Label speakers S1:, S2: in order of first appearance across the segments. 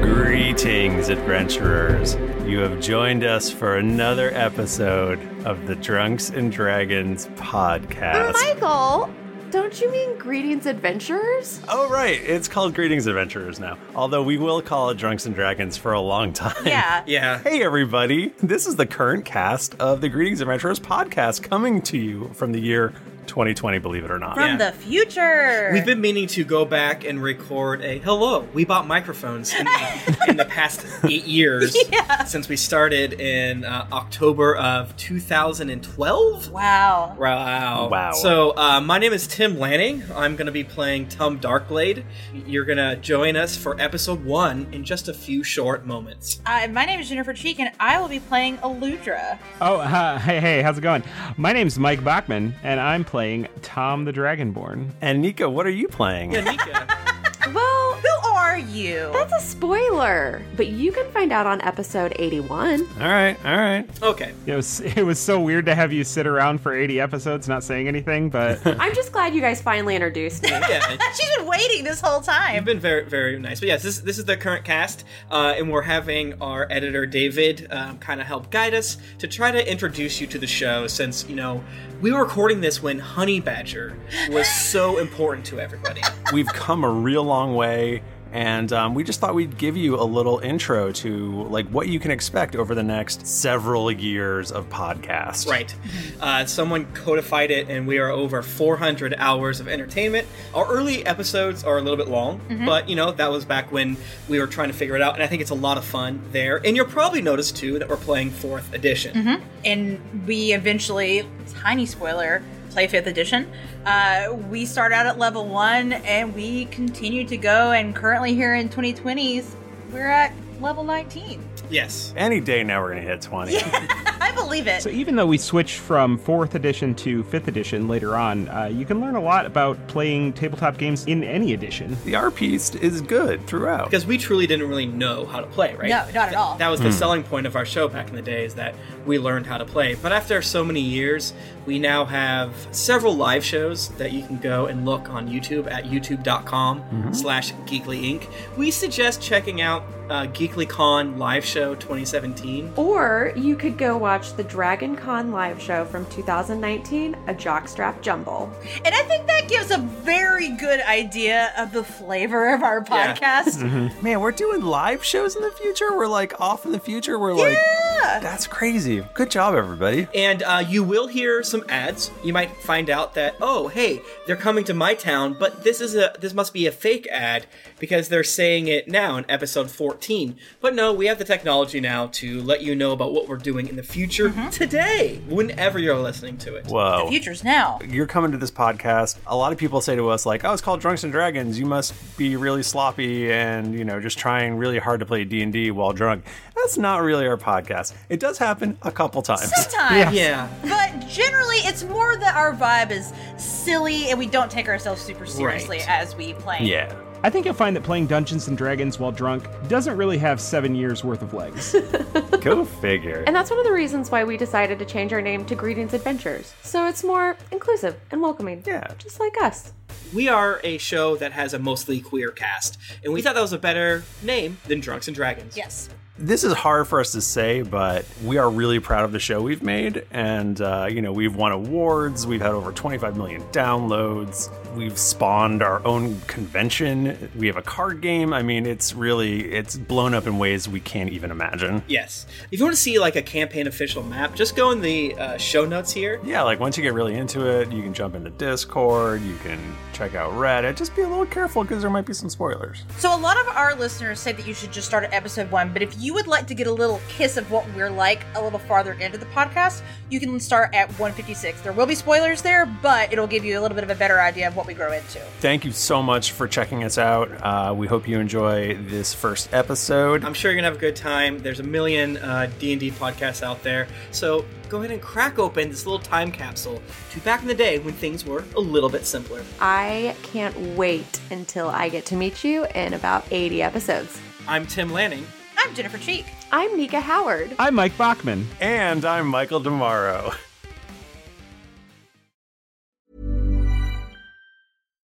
S1: Greetings, adventurers. You have joined us for another episode of the Drunks and Dragons podcast.
S2: Michael, don't you mean greetings adventurers?
S1: Oh, right. It's called Greetings, Adventurers now. Although we will call it Drunks and Dragons for a long time.
S2: Yeah.
S3: Yeah.
S1: Hey, everybody. This is the current cast of the Greetings, Adventurers podcast coming to you from the year 2020, believe it or not.
S4: From the future.
S3: We've been meaning to go back and record a hello. We bought microphones in the, in the past eight years since we started in uh, October of 2012.
S4: wow.
S3: Wow.
S1: Wow.
S3: So, uh, my name is Tim Lanning. I'm going to be playing Tom Darkblade. You're going to join us for episode one in just a few short moments.
S4: Uh, my name is Jennifer Cheek, and I will be playing Aludra.
S5: Oh, uh, hey, hey, how's it going? My name's Mike Bachman, and I'm playing Tom the Dragonborn.
S1: And Nika, what are you playing?
S3: Anika,
S4: Well, who are you?
S2: That's a spoiler, but you can find out on episode 81.
S1: all right, all right.
S3: okay.
S5: It was it was so weird to have you sit around for 80 episodes not saying anything, but
S2: I'm just glad you guys finally introduced me.
S3: Yeah.
S4: She's been waiting this whole
S3: You've
S4: time.
S3: been very, very nice. But yes, this, this is the current cast, uh, and we're having our editor David um, kind of help guide us to try to introduce you to the show. Since you know we were recording this when Honey Badger was so important to everybody.
S1: we've come a real long way and um, we just thought we'd give you a little intro to like what you can expect over the next several years of podcasts
S3: Right. Uh, someone codified it, and we are over 400 hours of entertainment. Our early episodes are a little bit long, but you know, that was back when we were trying to figure it out, and I think it's a lot of fun there. And you'll probably notice too that we're playing fourth edition.
S4: And we eventually, tiny spoiler, play 5th edition. Uh, we start out at level 1, and we continue to go, and currently here in 2020s, we're at level 19.
S3: Yes.
S1: any day now we're gonna hit 20
S4: I believe it.
S5: so even though we switch from fourth edition to fifth edition later on, uh, you can learn a lot about playing tabletop games in any edition.
S1: the r piece is good throughout
S3: because we truly didn't really know how to play, right?
S4: No, not at all.
S3: That was the selling point of our show back in the day is that we learned how to play. But after so many years, we now have several live shows that you can go and look on YouTube at youtube.com slash Geekly Inc. We suggest checking out uh, GeeklyCon live show 2017.
S2: Or you could go watch the Dragon Con live show from 2019, a jockstrap jumble.
S4: And I think that gives a very good idea of the flavor of our
S3: Yeah. Mm-hmm.
S4: podcast.
S1: Mm-hmm. man we're doing live shows in the future we're like off in the future we're like that's crazy good job everybody
S3: And uh, you will hear some ads. You might find out that oh, hey, they're coming to my town, but this is a this must be a fake ad because they're saying it now in episode 14. But no, we have the technology now to let you know about what we're doing in the future today, whenever you're listening to it.
S1: whoa
S4: The future's now.
S1: you're coming to this podcast. A lot of people say to us, like, "Oh, it's called Drunks and Dragons. You must be really sloppy and you know just trying really hard to play D and D while drunk." That's not really our podcast. It does happen a couple times.
S4: Sometimes.
S3: Yeah.
S4: But generally, it's more that our vibe is silly and we don't take ourselves super seriously
S3: Right.
S4: as we play.
S1: yeah,
S5: I think you'll find that playing Dungeons and Dragons while drunk doesn't really have seven years worth of legs.
S1: go figure.
S2: And that's one of the reasons why we decided to change our name to Greetings Adventures. So it's more inclusive and welcoming.
S1: Yeah.
S2: Just like us.
S3: We are a show that has a mostly queer cast, and we thought that was a better name than Drunks and Dragons.
S4: Yes.
S1: this is hard for us to say, but we are really proud of the show we've made. And, uh, you know, we've won awards. We've had over 25 million downloads. We've spawned our own convention. We have a card game. I mean, it's really, it's blown up in ways we can't even imagine.
S3: Yes. If you want to see like a campaign official map, just go in the uh, show notes here.
S1: Yeah, like once you get really into it, you can jump into Discord. You can check out Reddit. Just be a little careful because there might be some spoilers.
S4: So, a lot of our listeners say that you should just start at episode one, but if you would like to get a little kiss of what we're like a little farther into the podcast, you can start at 156. There will be spoilers there, but it'll give you a little bit of a better idea of what we grow into.
S1: Thank you so much for checking us out. Uh, we hope you enjoy this first episode.
S3: I'm sure you're gonna have a good time. There's a million uh, D&D podcasts out there, so go ahead and crack open this little time capsule to back in the day when things were a little bit simpler.
S2: I can't wait until I get to meet you in about 80 episodes.
S3: I'm Tim Lanning.
S4: I'm Jennifer Cheek.
S2: I'm Nika Howard.
S5: I'm Mike Bachman.
S1: And I'm Michael DeMorrow.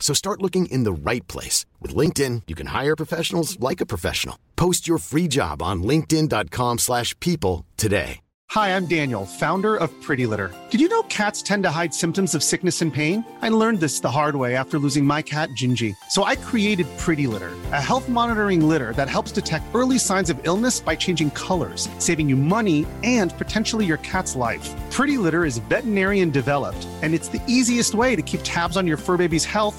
S6: So start looking in the right place. With LinkedIn, you can hire professionals like a professional. Post your free job on linkedin.com/people slash people today.
S7: Hi, I'm Daniel, founder of Pretty Litter. Did you know cats tend to hide symptoms of sickness and pain? I learned this the hard way after losing my cat, Gingy. So I created Pretty Litter, a health monitoring litter that helps detect early signs of illness by changing colors, saving you money and potentially your cat's life. Pretty Litter is veterinarian developed, and it's the easiest way to keep tabs on your fur baby's health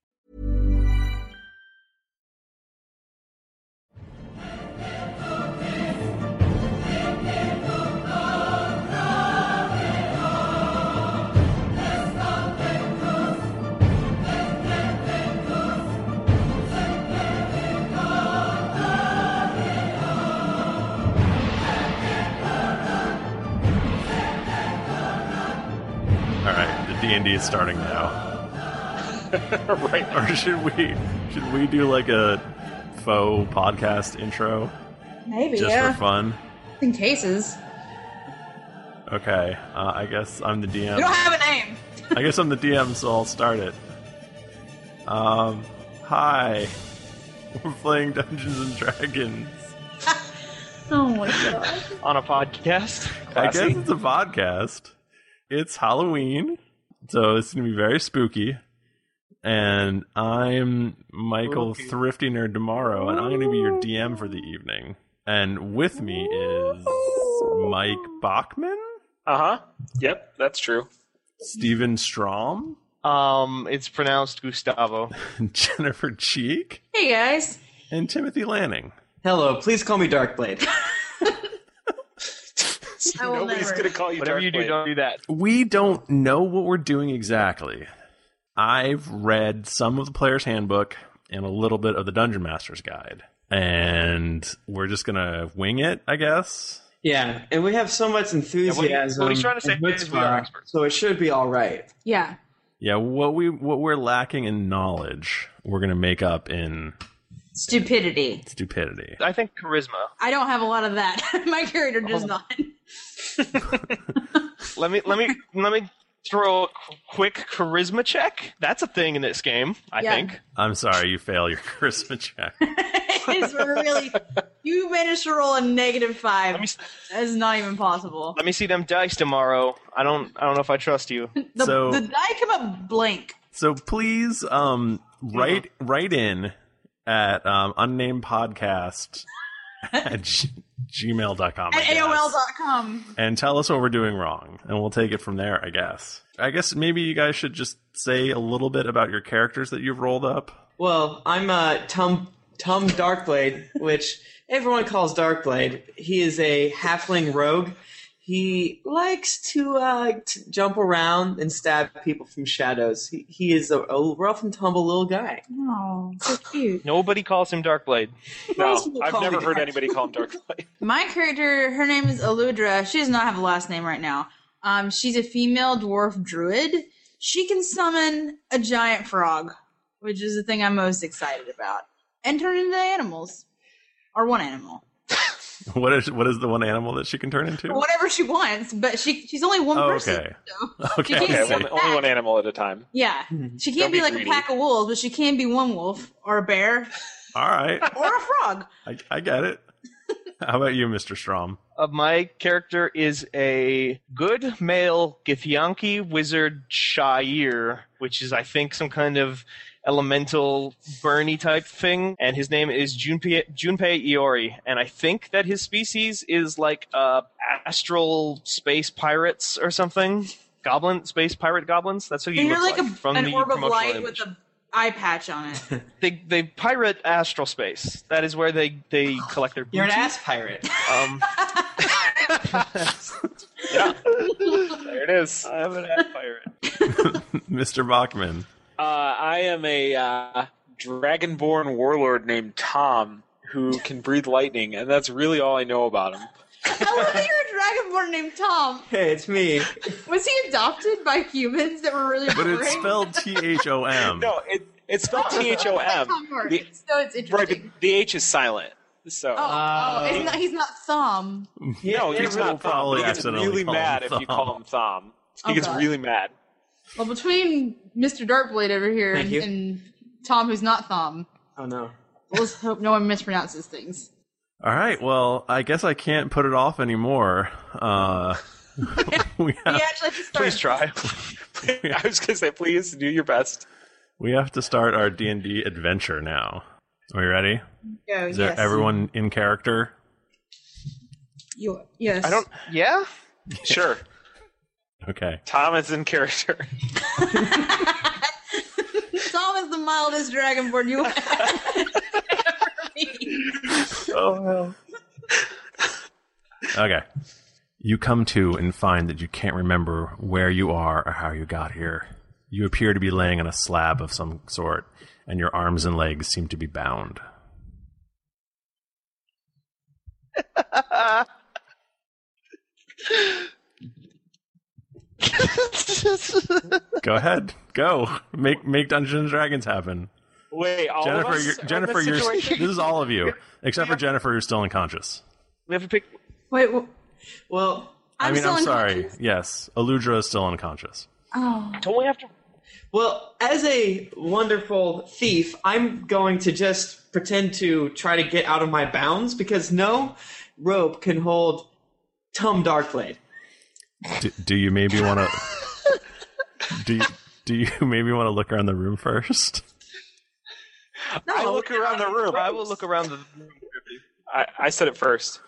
S1: All right, the D and D is starting now.
S8: right.
S1: Or should we? Should we do like a faux podcast intro
S9: Maybe,
S1: just
S9: yeah.
S1: for fun?
S9: In cases.
S1: Okay, uh, I guess I'm the DM.
S4: We don't have a name.
S1: I guess I'm the DM, so I'll start it. Um, hi. We're playing Dungeons and Dragons.
S4: Oh my god.
S8: On a podcast.
S1: I
S8: Classy.
S1: guess it's a podcast. It's Halloween, so it's gonna be very spooky. And I'm Michael
S8: Spooky.
S1: Thrifty Nerd tomorrow, and I'm gonna be your DM for the evening. And with me is Mike Bachman,
S8: Uh huh. Yep, that's true.
S1: Steven Strom,
S8: Um, it's pronounced Gustavo.
S1: Jennifer Cheek,
S10: Hey guys.
S1: and Timothy Lanning.
S11: Hello, please call me Darkblade.
S4: I will
S8: Nobody's
S4: never.
S8: gonna call you.
S11: Whatever
S8: Darkblade.
S11: you do,
S8: don't do that.
S1: we don't know what we're doing exactly. I've read some of the player's handbook and a little bit of the dungeon master's guide, and we're just gonna wing it, I guess.
S12: Yeah, and we have so much enthusiasm.
S8: what he's trying to say
S12: and
S8: is we
S12: chutzpah,
S8: are experts.
S12: So it should be all right.
S4: Yeah.
S1: Yeah, what we what we're lacking in knowledge, we're gonna make up in
S4: Stupidity.
S1: stupidity.
S8: I think charisma.
S4: I don't have a lot of that. My character
S1: Oh.
S4: does not.
S8: Let me let me let me throw a qu- quick charisma check. That's a thing in this game. I
S4: Yeah.
S8: think.
S1: I'm sorry, you fail your charisma check.
S4: it's really. You managed to roll a negative five.
S8: Let me s-
S4: That is not even possible.
S8: let me see them dice tomorrow. I don't I don't know if I trust you.
S4: The,
S1: So-
S4: the die come up blank.
S1: So please um write write in at um unnamed podcast at g- gmail.com.
S4: At AOL.com.
S1: and tell us what we're doing wrong, and we'll take it from there, I guess. I guess maybe you guys should just say a little bit about your characters that you've rolled up.
S12: Well, I'm uh, Tom Tom Darkblade, which everyone calls Darkblade. He is a halfling rogue. He likes to, uh, t- jump around and stab people from shadows. He, he is a, a rough and tumble little guy.
S4: Oh, so cute.
S8: Nobody calls him Darkblade.
S12: Most people
S7: No, I've
S12: call
S7: never
S12: me
S7: heard
S12: that.
S7: anybody call him Darkblade.
S4: My character, her name is Aludra. She does not have a last name right now. Um, she's a female dwarf druid. She can summon a giant frog, which is the thing I'm most excited about, and turn into animals or one animal,
S1: What is what is the one animal that she can turn into?
S4: whatever she wants. But she she's only one
S1: Oh,
S4: person.
S1: okay.
S4: She
S1: Okay.
S4: can't
S1: I
S4: sit
S1: see.
S4: back.
S5: Only one animal at a time.
S4: Yeah,
S1: Mm-hmm.
S4: she can't
S5: Don't
S4: be,
S5: be
S4: like
S5: greedy.
S4: a pack of wolves, but she can be one wolf or a bear
S1: All right.
S4: or a frog.
S1: I, I get it. How about you, Mr. Strom?
S8: Uh, my character is a good male Githyanki wizard Shire, which is, I think, some kind of elemental Bernie type thing. And his name is Junpei, Junpei Iori. And I think that his species is like uh, astral space pirates or something. Goblin, space pirate goblins. That's who you
S4: And you're
S8: look like,
S4: like, a,
S8: from
S4: an
S8: the
S4: orb of
S8: promotional
S4: light
S8: image
S4: with a eye patch on it.
S8: they they pirate astral space. That is where they they collect their.
S4: You're an
S8: booty.
S4: ass
S12: pirate.
S8: Um, yeah, there
S5: it is.
S8: I'm an ass pirate.
S1: Mr. Bachman.
S5: Uh, I am a uh, dragonborn warlord named Tom who can breathe lightning, and that's really all I know about him.
S4: I love that you're a dragonborn named Tom.
S12: Hey, it's me.
S4: Was he adopted by humans that were really
S1: But
S4: boring?
S1: it's spelled T H O M.
S5: No, it, it's spelled T H O M.
S4: Tom York,
S5: The-
S4: So it's interesting.
S5: Right, but the H is silent. So.
S4: Oh,
S1: Uh,
S4: oh, it's not, he's not Thom.
S5: no,
S1: Yeah,
S5: he's
S1: we'll
S5: not Thom.
S1: probably
S5: He gets
S1: accidentally
S5: really
S1: call him
S5: mad if you
S1: Thom.
S5: call him Thom. He
S4: Oh,
S5: gets
S4: God.
S5: really mad.
S4: Well, between Mr. Dartblade over here
S5: Thank
S4: and,
S5: you.
S4: and Tom, who's not Thom,
S12: Oh no.
S4: let's hope no one mispronounces things.
S1: All right. Well, I guess I can't put it off anymore. Uh, we, have,
S5: Please try. I was going to say, please do your best.
S1: we have to start our D and D adventure now. Are we ready?
S4: Go,
S1: Is there
S4: yes.
S1: everyone in character?
S4: You, yes.
S5: I don't.
S8: Yeah.
S5: Sure.
S1: Okay.
S5: Tom is in character.
S4: Tom is the mildest dragonborn you will
S1: Oh hell. Okay. You come to and find that you can't remember where you are or how you got here. You appear to be laying on a slab of some sort, and your arms and legs seem to be bound.
S8: Um,
S1: Go ahead. Go. Make make Dungeons and Dragons happen.
S5: Wait, all
S1: Jennifer,
S5: of us
S1: you're,
S5: are in
S1: Jennifer,
S5: this
S1: you're,
S5: situation?
S1: this is all of you, except for Jennifer, who's still unconscious.
S8: We have to pick.
S4: Wait.
S12: Well,
S1: i mean, I'm sorry. Yes, Aludra is still unconscious.
S4: Oh.
S8: Don't we have to?
S12: Well, as a wonderful thief, I'm going to just pretend to try to get out of my bounds because no rope can hold Tom Darkblade.
S1: Do, do you maybe want to? do you, do you maybe want to look around the room first?
S8: I look around the room. I will look around the room.
S5: I, I said it first.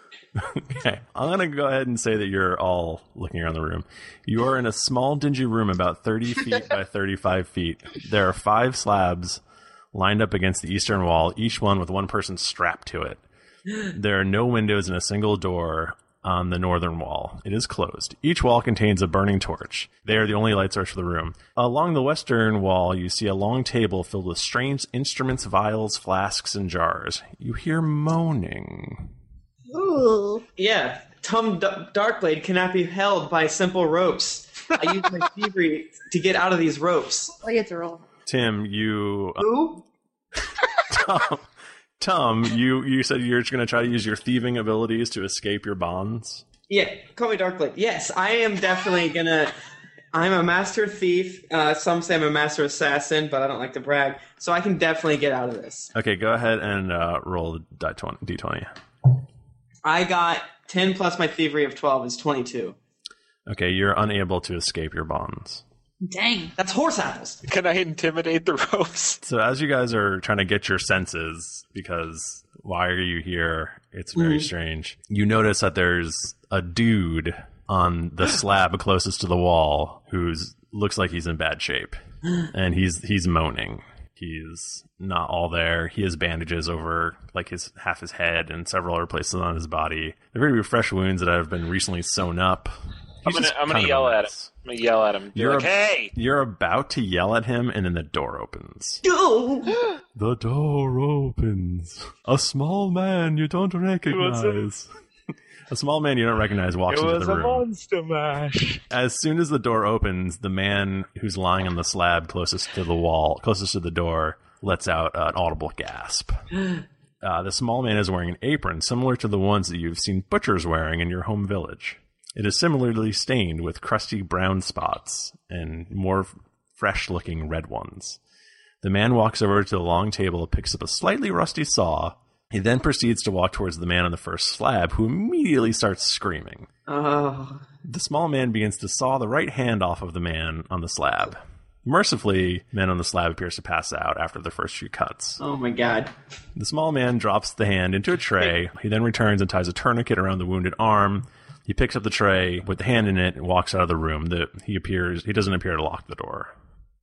S1: Okay, I'm gonna go ahead and say that you're all looking around the room. You are in a small, dingy room about 30 feet by 35 feet. There are five slabs lined up against the eastern wall, each one with one person strapped to it. There are no windows and a single door on the northern wall. It is closed. Each wall contains a burning torch. They are the only light source for the room. Along the western wall, you see a long table filled with strange instruments, vials, flasks, and jars. You hear moaning.
S4: Ooh.
S12: Yeah, Tom D- Darkblade cannot be held by simple ropes. I use my thievery to get out of these ropes.
S4: I get to roll.
S1: Tim, you
S12: Who?
S1: Tom, Tom, you you said you're going to try to use your thieving abilities to escape your bonds.
S12: Yeah, call me Darkblade. Yes, I am definitely gonna. I'm a master thief. Uh, some say I'm a master assassin, but I don't like to brag. So I can definitely get out of this.
S1: Okay, go ahead and uh, roll the die 20 d20.
S12: I got 10 plus my thievery of 12 is 22.
S1: Okay, you're unable to escape your bonds.
S4: Dang.
S12: That's horse apples.
S5: Can I intimidate the ropes?
S1: So as you guys are trying to get your senses, because why are you here? It's very
S5: Mhm.
S1: strange. You notice that there's a dude on the slab closest to the wall who's looks like he's in bad shape, and he's he's moaning. He's not all there. He has bandages over like his half his head and several other places on his body. There appear to be fresh wounds that have been recently sewn up.
S5: I'm
S1: He's
S5: gonna,
S1: just
S5: I'm
S1: kind
S5: gonna
S1: of
S5: yell
S1: a
S5: at him.
S1: mess.
S5: I'm gonna yell at him. You're like, hey,
S1: You're about to yell at him, and then the door opens.
S12: Go!
S1: The door opens. A small man you don't recognize A small man you don't recognize walks into the room.
S5: monster mash.
S1: As soon as the door opens, the man who's lying on the slab closest to the wall, closest to the door, lets out an audible gasp. Uh, the small man is wearing an apron similar to the ones that you've seen butchers wearing in your home village. It is similarly stained with crusty brown spots and more f- fresh looking red ones. The man walks over to the long table, picks up a slightly rusty saw. He then proceeds to walk towards the man on the first slab, who immediately starts screaming.
S12: Oh.
S1: The small man begins to saw the right hand off of the man on the slab. Mercifully, man on the slab appears to pass out after the first few cuts.
S12: Oh my god.
S1: The small man drops the hand into a tray. He then returns and ties a tourniquet around the wounded arm. He picks up the tray with the hand in it and walks out of the room. The, he appears he doesn't appear to lock the door.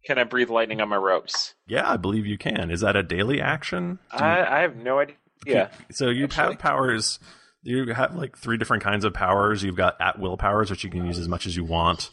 S5: Can I breathe lightning on my ropes?
S1: Yeah, I believe you can. Is that a daily action? Do you-
S5: I, I have no idea.
S1: So you have powers. You have like three different kinds of powers. You've got at will powers, which you can use as much as you want.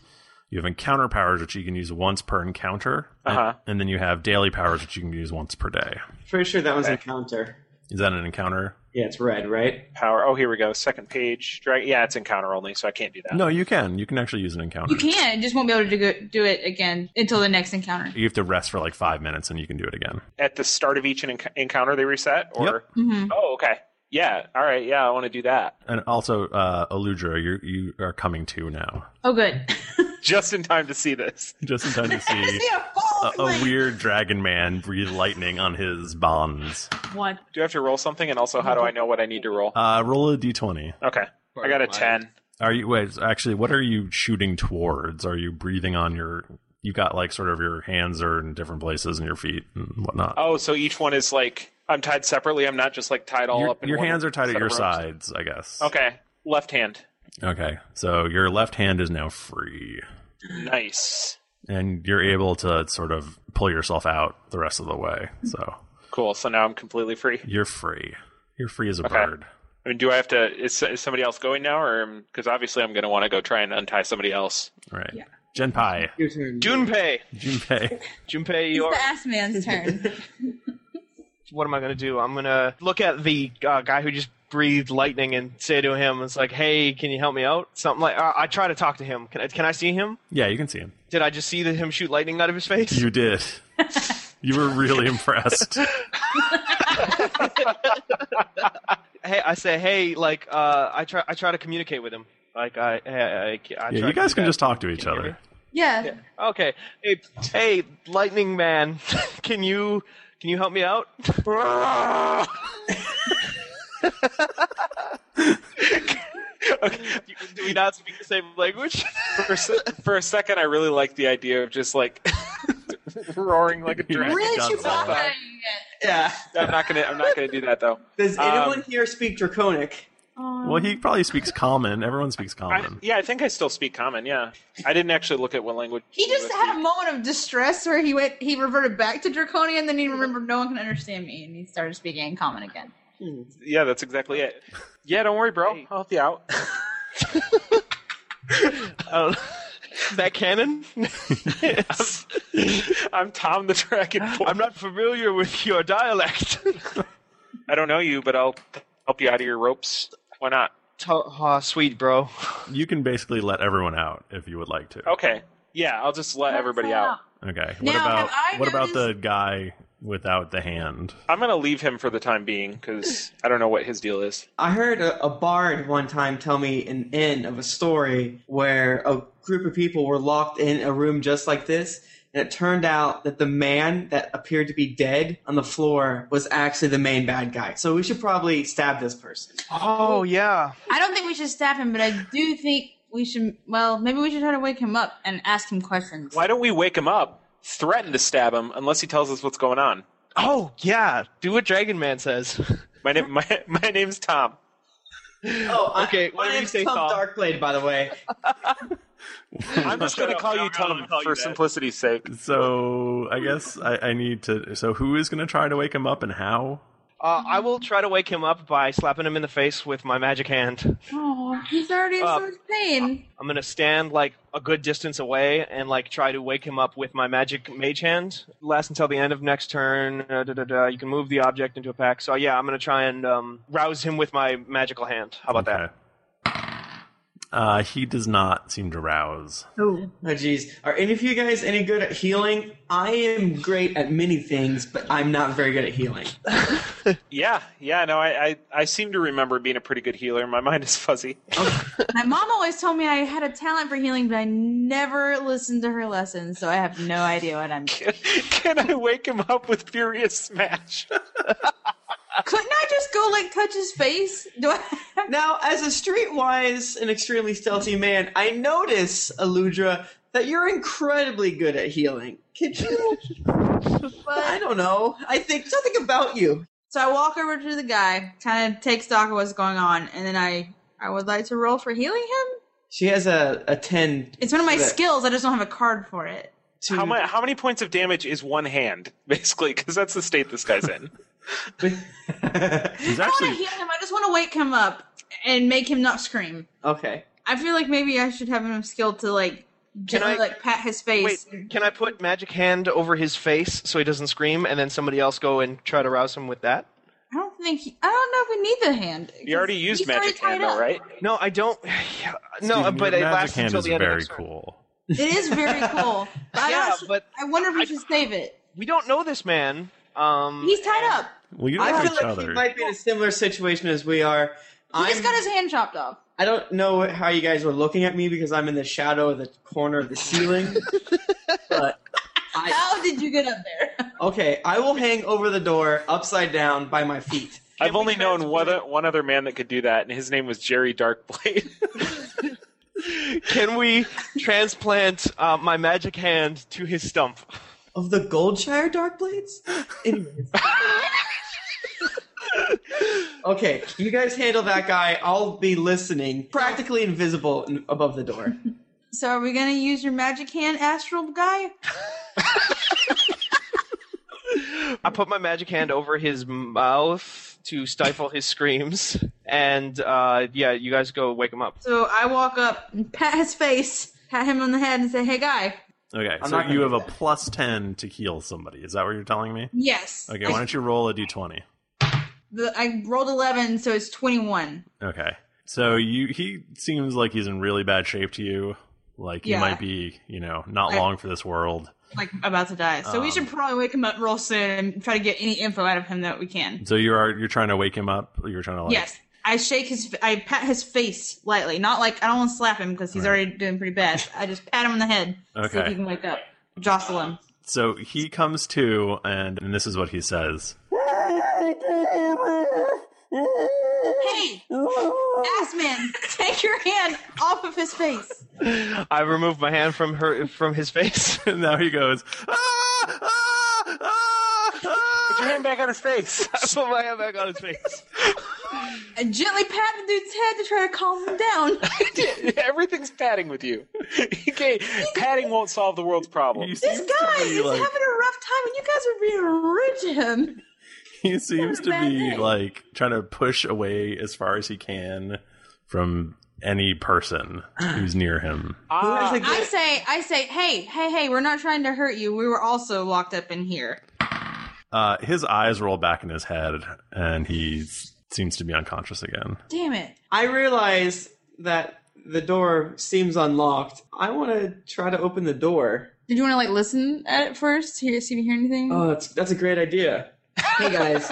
S1: You have encounter powers, which you can use once per encounter. And-
S12: Uh-huh.
S1: And, then you have daily powers, which you can use once per day.
S12: Pretty sure that was encounter.
S1: Is that an encounter?
S12: Yeah, it's red, right?
S5: Power. Oh, here we go. Second page. Drag. Yeah, it's encounter only, so I can't do that.
S1: No, you can. You can actually use an encounter.
S4: You can, just won't be able to do, do it again until the next encounter.
S1: You have to rest for like five minutes, and you can do it again.
S5: At the start of each enc- encounter, they reset. Or
S4: Mhm.
S5: oh, okay. Yeah. All right. Yeah, I want to do that.
S1: And also, uh, Aludra, you you are coming to now,
S4: Oh, good.
S5: Just in time to see this.
S1: just in time to see a, a weird dragon man breathe lightning on his bonds.
S4: What?
S5: Do I have to roll something? And also, how do I know what I need to roll?
S1: Uh, roll a d twenty.
S5: Okay. I got a ten.
S1: Are you wait? Actually, what are you shooting towards? Are you breathing on your? You got like sort of your hands are in different places and your feet and whatnot.
S5: Oh, so each one is like I'm tied separately. I'm not just like tied all
S1: your
S5: up. In
S1: your
S5: one
S1: hands are tied at
S5: set of
S1: your
S5: ropes?
S1: sides, I guess.
S5: Okay. Left hand.
S1: Okay, so your left hand is now free,
S5: Nice.
S1: and you're able to sort of pull yourself out the rest of the way. So
S5: Cool. So now I'm completely free.
S1: you're free. You're free as a
S5: Okay.
S1: bird.
S5: I mean, do I have to? Is, is somebody else going now, or because obviously I'm going to want to go try and untie somebody else?
S1: All right. Genpai.
S12: Your turn.
S5: Junpei.
S1: Junpei.
S8: Junpei,
S4: It's
S8: you are.
S4: the ass man's turn.
S8: What am I going to do? I'm going to look at the uh, guy who just breathed lightning and say to him, "It's like, hey, can you help me out?" Something like. Uh, I try to talk to him. Can I, can I see him?
S1: Yeah, you can see him.
S8: Did I just see the, him shoot lightning out of his face?
S1: You did. you were really impressed.
S8: hey, I say, hey, like, uh, I try, I try to communicate with him. Like, I, hey, I, I, I
S1: Yeah,
S8: try to
S1: you guys
S8: do
S1: can
S8: that.
S1: just talk to each other.
S4: Yeah.
S8: Okay. Hey, hey, Lightning Man, can you can you help me out?
S5: Do, we not speak the same language? for, a, se- for a second, I really like the idea of just like roaring like a dragon.
S12: Yeah.
S5: I'm not gonna. I'm not gonna do that though.
S12: Does
S5: Um,
S12: anyone here speak Draconic?
S1: Well, he probably speaks common. Everyone speaks
S5: I,
S1: common.
S5: yeah, I think I still speak common. Yeah, I didn't actually look at what language.
S4: He just had a moment of distress where he went, he reverted back to Draconian, then he remembered no one can understand me, and he started speaking in common again.
S5: Yeah, that's exactly it. Yeah, don't worry, bro. I'll help you out.
S8: Uh, is that canon?
S5: I'm Tom the Dragon.
S8: I'm not familiar with your dialect.
S5: I don't know you, but I'll help you out of your ropes. Why not?
S8: oh, sweet, bro.
S1: You can basically let everyone out if you would like to.
S5: Okay. Yeah, I'll just let everybody out.
S1: Okay. What
S5: Now,
S1: about
S5: have I
S1: what about the guy without the hand?
S5: I'm gonna leave him for the time being because I don't know what his deal is.
S12: I heard a, a bard one time tell me an end of a story where a group of people were locked in a room just like this, and it turned out that the man that appeared to be dead on the floor was actually the main bad guy. So we should probably stab this person.
S8: Oh yeah.
S4: I don't think we should stab him, but I do think we should, well, maybe we should try to wake him up and ask him questions.
S5: Why don't we wake him up? Threaten to stab him unless he tells us what's going on.
S8: Oh yeah. Do what Dragon Man says.
S5: My name. My, my name's Tom.
S12: Oh, okay. My
S8: why don't you
S12: name's
S8: say
S12: Tom
S8: Saul?
S12: Darkblade, by the way.
S5: I'm just gonna call you Tom for simplicity's sake.
S1: Oh, So I guess I, I need to. So who is going to try to wake him up and how?
S8: Uh, I will try to wake him up by slapping him in the face with my magic hand.
S4: Oh, he's already in
S8: Uh,
S4: so much pain.
S8: I'm gonna stand like a good distance away and like try to wake him up with my magic mage hand. Last until the end of next turn. Uh, da, da, da. You can move the object into a pack. So yeah, I'm gonna try and um, rouse him with my magical hand. How about that?
S1: Uh, he does not seem to rouse.
S4: Oh,
S12: jeez. Are any of you guys any good at healing? I am great at many things, but I'm not very good at healing.
S5: Yeah, yeah, no, I, I, I seem to remember being a pretty good healer. My mind is fuzzy.
S4: My mom always told me I had a talent for healing, but I never listened to her lessons, so I have no idea what I'm doing.
S5: Can I wake him up with Furious Smash?
S4: Couldn't I just go like touch his face? Do I
S12: now, as a streetwise and extremely stealthy man, I notice, Aludra, that you're incredibly good at healing. Could you?
S4: I
S12: don't know. I think something about you.
S4: So I walk over to the guy, kind of take stock of what's going on, and then I I would like to roll for healing him.
S12: She has a, a 10.
S4: It's one of my
S5: That-
S4: skills. I just don't have a card for it.
S5: How, mu- how many points of damage is one hand, basically? Because that's the state this guy's in.
S1: He's
S4: I want to heal him. I just want to wake him up and make him not scream.
S12: Okay.
S4: I feel like maybe I should have him skilled to like gently
S8: I-
S4: like pat his face.
S8: Wait, can I put magic hand over his face so he doesn't scream, and then somebody else go and try to rouse him with that?
S4: I don't think he, I don't know if we need the hand.
S5: You already used
S4: he's already
S5: magic hand,
S4: tied
S5: though,
S4: up.
S5: right?
S8: No, I don't. no,
S1: Steven,
S8: but
S1: uh, your
S8: it
S1: magic
S8: lasts
S1: hand
S8: until
S1: is
S8: the end
S1: very
S8: of
S1: cool.
S4: It is very cool. But I
S8: Yeah,
S4: don't- I wonder if we should save it.
S8: We don't know this man. Um,
S4: He's tied up.
S1: Well, you
S4: don't know
S12: I feel
S4: each
S12: like
S4: other.
S12: he might be in a similar situation as we are.
S4: He
S12: I'm,
S4: just got his hand chopped off.
S12: I don't know how you guys were looking at me because I'm in the shadow of the corner of the ceiling.
S4: How did you get up there?
S12: okay, I will hang over the door upside down by my feet.
S5: I've only known one, o- one other man that could do that, and his name was Jerry Darkblade.
S8: Can we transplant uh, my magic hand to his stump?
S12: Of the Goldshire Darkblades? Anyways. okay, you guys handle that guy. I'll be listening, practically invisible in- above the door.
S4: So are we gonna use your magic hand, astral guy?
S8: I put my magic hand over his mouth to stifle his screams, and uh, yeah, you guys go wake him up.
S4: So I walk up and pat his face, pat him on the head, and say, "Hey, guy."
S1: Okay,
S4: I'm
S1: so
S4: not gonna
S1: you
S4: do
S1: have a plus 10 to heal somebody. Is that what you're telling me?
S4: Yes.
S1: Okay, why don't you roll a d20?
S4: The- I rolled eleven, so it's twenty-one.
S1: Okay. So you he seems like he's in really bad shape to you. Like he
S4: Yeah.
S1: might be, you know, not
S4: I-
S1: long for this world.
S4: Like about to die. So we
S1: Um,
S4: should probably wake him up real soon and try to get any info out of him that we can.
S1: So you are you're trying to wake him up. You're trying to like
S4: yes. I shake his, I pat his face lightly. Not like I don't want to slap him because he's already doing pretty bad. I just pat him on the head, see if
S1: Okay.
S4: he can wake up, jostle him.
S1: So he comes to and, and this is what he says.
S4: Hey, ass man, take your hand off of his face.
S8: I removed my hand from her from his face,
S1: and now he goes.
S5: Put your hand back on his face.
S8: I put my hand back on his face.
S4: And gently pat the dude's head to try to calm him down.
S5: Everything's padding with you. okay, padding won't solve the world's problem.
S4: This guy is having a rough time, and you guys are being rude to him.
S1: He seems to
S4: bad
S1: be
S4: thing.
S1: like trying to push away as far as he can from any person who's near him.
S4: I say, I say, hey, hey, hey, we're not trying to hurt you. We were also locked up in here.
S1: Uh, his eyes roll back in his head, and he s- seems to be unconscious again.
S4: Damn it.
S12: I realize that the door seems unlocked. I want to try to open the door.
S4: Did you want to like listen at it first? Hear, see if you hear anything?
S12: Oh, that's that's a great idea. Hey guys,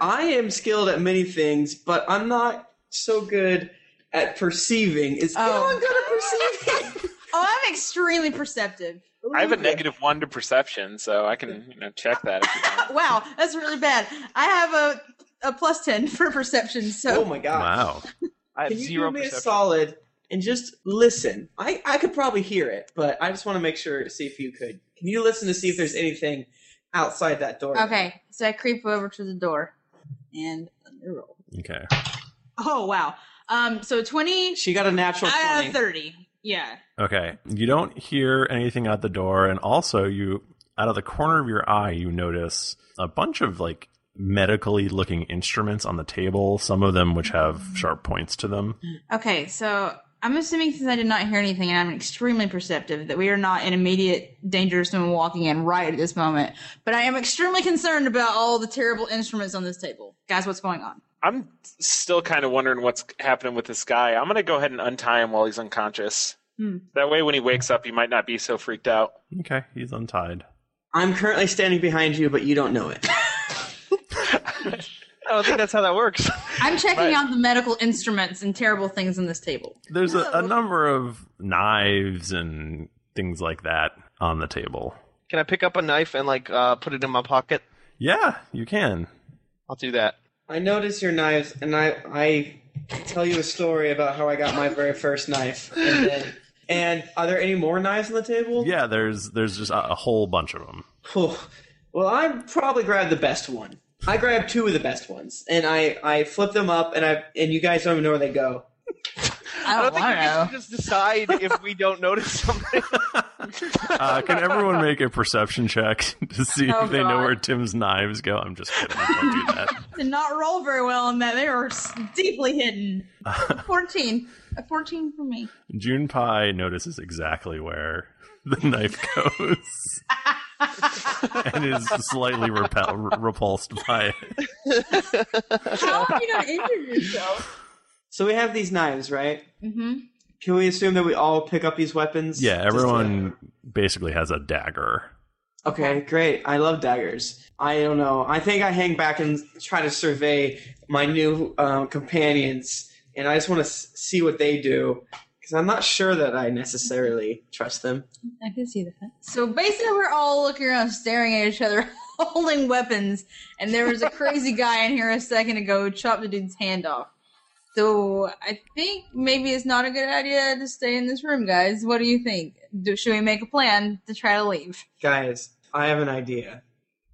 S12: I am skilled at many things, but I'm not so good at perceiving. Is
S8: Oh.
S12: anyone good at perceiving?
S4: oh, I'm extremely perceptive.
S5: I have a negative one to perception, so I can you know, check that. If you want.
S4: Uh, Wow, that's really bad. I have a a plus ten for perception. So
S12: Oh my gosh. Wow.
S8: I
S12: Can you
S8: zero
S12: do me a
S8: perception.
S12: solid and just listen? I I could probably hear it, but I just want to make sure to see if you could. Can you listen to see if there's anything outside that door?
S4: Okay, so I creep over to the door and let me roll.
S1: Okay.
S4: Oh wow. Um, so twenty.
S12: She got a natural
S4: I got a
S12: 20.
S4: thirty. Yeah.
S1: Okay. You don't hear anything out the door, and also you, out of the corner of your eye, you notice a bunch of like medically looking instruments on the table. Some of them which have sharp points to them.
S4: Okay, so I'm assuming since I did not hear anything and I'm extremely perceptive that we are not in immediate danger of someone walking in right at this moment. But I am extremely concerned about all the terrible instruments on this table. Guys, what's going on?
S5: I'm still kind of wondering what's happening with this guy. I'm going to go ahead and untie him while he's unconscious.
S4: Hmm.
S5: That way, when he wakes up, he might not be so freaked out.
S1: Okay, he's untied.
S12: I'm currently standing behind you, but you don't know it.
S8: I don't think that's how that works.
S4: I'm checking
S1: Right.
S4: out the medical instruments and terrible things in this table.
S1: There's a, a number of knives and things like that on the table.
S8: Can I pick up a knife and like uh, put it in my pocket?
S1: Yeah, you can.
S8: I'll do that.
S12: I notice your knives, and I I tell you a story about how I got my very first knife. And, then, and are there any more knives on the table?
S1: Yeah, there's there's just a, a whole bunch of them.
S12: Whew. Well, I probably grabbed the best one. I grabbed two of the best ones, and I I flip them up, and I and you guys don't even know where they go.
S8: I don't think we should just decide if we don't notice something.
S1: Uh, can everyone make a perception check to see
S4: Oh,
S1: if they know
S4: God.
S1: where Tim's knives go? I'm just kidding. Don't do that.
S4: Did not roll very well on that. They were s- deeply hidden. 14. A 14 for me.
S1: June Pie notices exactly where the knife goes and is slightly repel- repulsed by it.
S4: How are you going to injure yourself?
S12: So we have these knives, right?
S4: Mm-hmm.
S12: Can we assume that we all pick up these weapons?
S1: Yeah, everyone basically has a dagger.
S12: Okay, great. I love daggers. I don't know. I think I hang back and try to survey my new um, companions, and I just want to s- see what they do because I'm not sure that I necessarily trust them.
S4: I can see that. So basically, we're all looking around, staring at each other, holding weapons. And there was a crazy guy in here a second ago who chopped the dude's hand off. So I think maybe it's not a good idea to stay in this room, guys. What do you think? Do, should we make a plan to try to leave?
S12: Guys, I have an idea.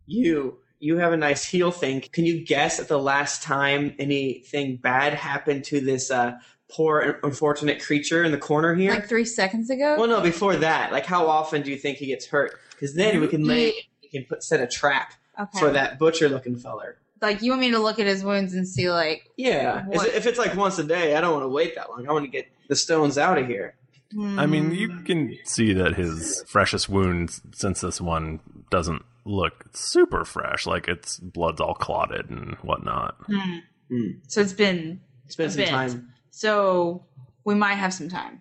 S12: You, you have a nice heel thing. Can you guess at the last time anything bad happened to this uh, poor, unfortunate creature in the corner here?
S4: Like three seconds ago?
S12: Well, no, before that, like how often do you think he gets hurt? Because then we can lay, we can put set a trap
S4: Okay.
S12: for that butcher-looking feller.
S4: Like, you want me to look at his wounds and see, like,
S12: Yeah, Is
S4: What?
S12: it- if it's like once a day, I don't want to wait that long. I want to get the stones out of here.
S1: I mean, you can see that his freshest wound, since this one doesn't look super fresh, like its blood's all clotted and whatnot.
S4: hmm. So it's been it's
S12: been some time.
S4: So we might have some time.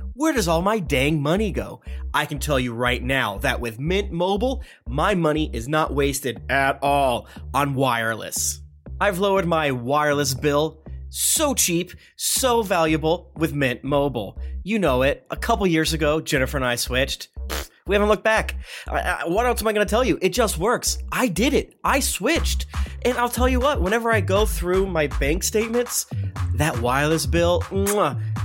S3: where does all my dang money go? I can tell you right now that with Mint Mobile, my money is not wasted at all on wireless. I've lowered my wireless bill so cheap, so valuable with Mint Mobile. You know it. A couple years ago, Jennifer and I switched. Pfft, we haven't looked back. I, I- what else am I going to tell you? It just works. I did it. I switched. And I'll tell you what, whenever I go through my bank statements, that wireless bill, mwah,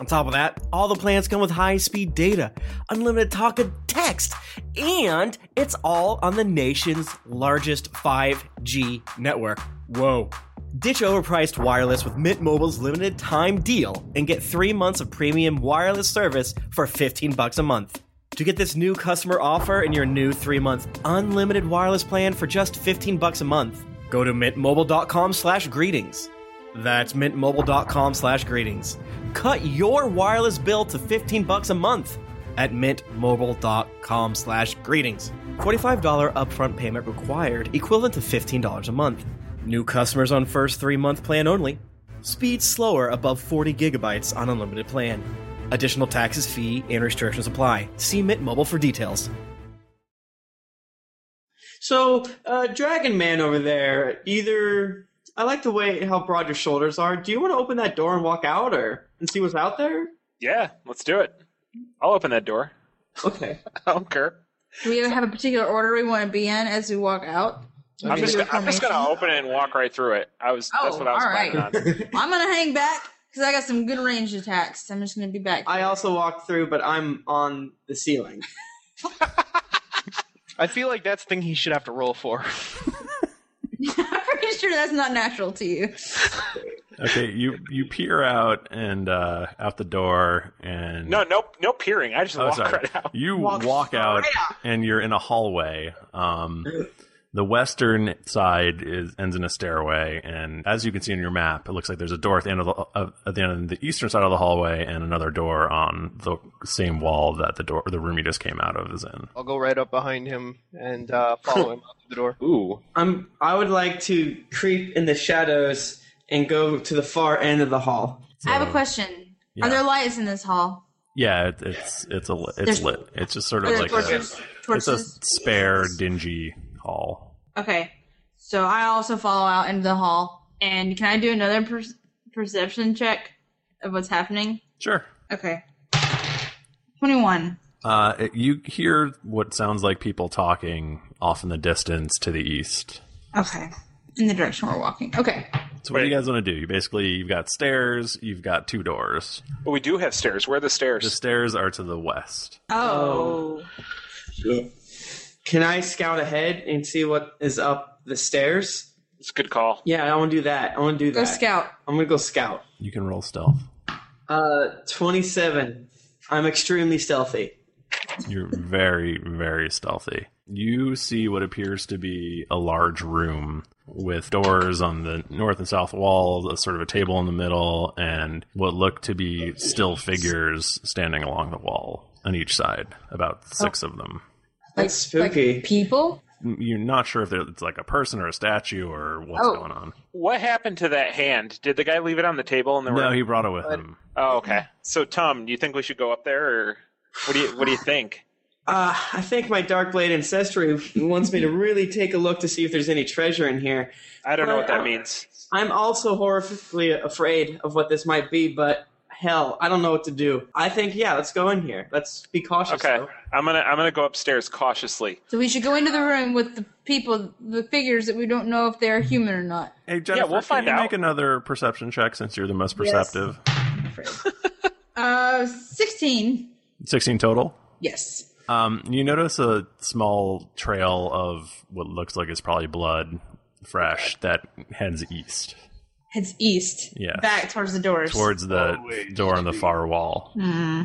S3: On top of that, all the plans come with high-speed data, unlimited talk and text, and it's all on the nation's largest 5G network. Whoa. Ditch overpriced wireless with Mint Mobile's limited time deal and get 3 months of premium wireless service for 15 bucks a month. To get this new customer offer and your new 3-month unlimited wireless plan for just 15 bucks a month, go to mintmobile.com/greetings. slash greetings. That's mintmobile.com slash greetings. Cut your wireless bill to 15 bucks a month at mintmobile.com slash greetings. $45 upfront payment required, equivalent to $15 a month. New customers on first three month plan only. Speed slower above 40 gigabytes on unlimited plan. Additional taxes, fee, and restrictions apply. See Mint Mobile for details.
S12: So, uh, Dragon Man over there, either I like the way how broad your shoulders are. Do you want to open that door and walk out, or and see what's out there?
S5: Yeah, let's do it. I'll open that door.
S12: Okay.
S5: I don't care.
S4: Do we have a particular order we want to be in as we walk out?
S5: I'm just,
S4: Maybe
S5: I'm just gonna open it and walk right through it. I was that's
S4: Oh,
S5: what I was
S4: all right.
S5: planning on.
S4: I'm gonna hang back because I got some good range attacks. I'm just gonna be back.
S12: I also walked through, but I'm on the ceiling.
S8: I feel like that's the thing he should have to roll for.
S4: I'm pretty sure that's not natural to you.
S1: Okay, you you peer out and uh, out the door, and
S5: No, no, no peering. I just
S1: Oh,
S5: walk
S1: sorry.
S5: right out.
S1: You walk, out, and you're in a hallway. Um, the western side is ends in a stairway, and as you can see on your map, it looks like there's a door at the end of the uh, at the end of the eastern side of the hallway, and another door on the same wall that the door the room you just came out of is in.
S8: I'll go right up behind him and uh, follow him out the door.
S5: Ooh.
S12: I'm. I would like to creep in the shadows and go to the far end of the hall.
S4: I have a question.
S1: yeah.
S4: Are there lights in this hall?
S1: Yeah, it, it's it's a li- it's
S4: There's-
S1: lit. It's just sort of
S4: there's
S1: like
S4: torches-
S1: a it's a
S4: torches?
S1: spare dingy hall.
S4: Okay, so I also follow out into the hall, and can I do another per- perception check of what's happening?
S1: Sure.
S4: Okay. Twenty-one.
S1: Uh, it- you hear what sounds like people talking off in the distance to the east.
S4: Okay. In the direction we're walking. Okay.
S1: So what do you guys want to do? You basically you've got stairs, you've got two doors.
S5: But we do have stairs. Where are the stairs?
S1: The stairs are to the west.
S4: Oh.
S12: Can I scout ahead and see what is up the stairs?
S5: It's a good call.
S12: Yeah, I want to do that. I want to do
S4: Go
S12: that.
S4: scout.
S12: I'm gonna go scout.
S1: You can roll stealth.
S12: Uh, twenty-seven. I'm extremely stealthy.
S1: You're very very stealthy. You see what appears to be a large room with doors on the north and south walls, a sort of a table in the middle, and what look to be still figures standing along the wall on each side, about six of them.
S4: That's spooky. people?
S1: You're not sure if they're- it's like a person or a statue or what's
S5: Oh.
S1: going on.
S5: What happened to that hand? Did the guy leave it on the table and there
S1: No,
S5: were?
S1: he brought it with him.
S5: Oh, okay. So, Tom, do you think we should go up there, or what do you what do you think?
S12: Uh, I think my Darkblade ancestry wants me to really take a look to see if there's any treasure in here.
S5: I don't know
S12: But
S5: what that
S12: I'm-
S5: means.
S12: I'm also horrifically afraid of what this might be, but hell, I don't know what to do. I think yeah, let's go in here. Let's be cautious.
S5: Okay, I'm gonna I'm gonna go upstairs cautiously.
S4: So we should go into the room with the people, the figures that we don't know if they're human or not.
S1: Hey, Jennifer,
S5: we'll
S1: can
S5: find
S1: you
S5: out.
S1: make another perception check since you're the most
S4: Yes.
S1: perceptive.
S4: Uh, sixteen.
S1: 16 total.
S4: Yes.
S1: Um, you notice a small trail of what looks like is probably blood, fresh, that heads east.
S4: Heads east.
S1: Yes.
S4: Back towards the doors.
S1: Towards the door on the far wall.
S4: Hmm.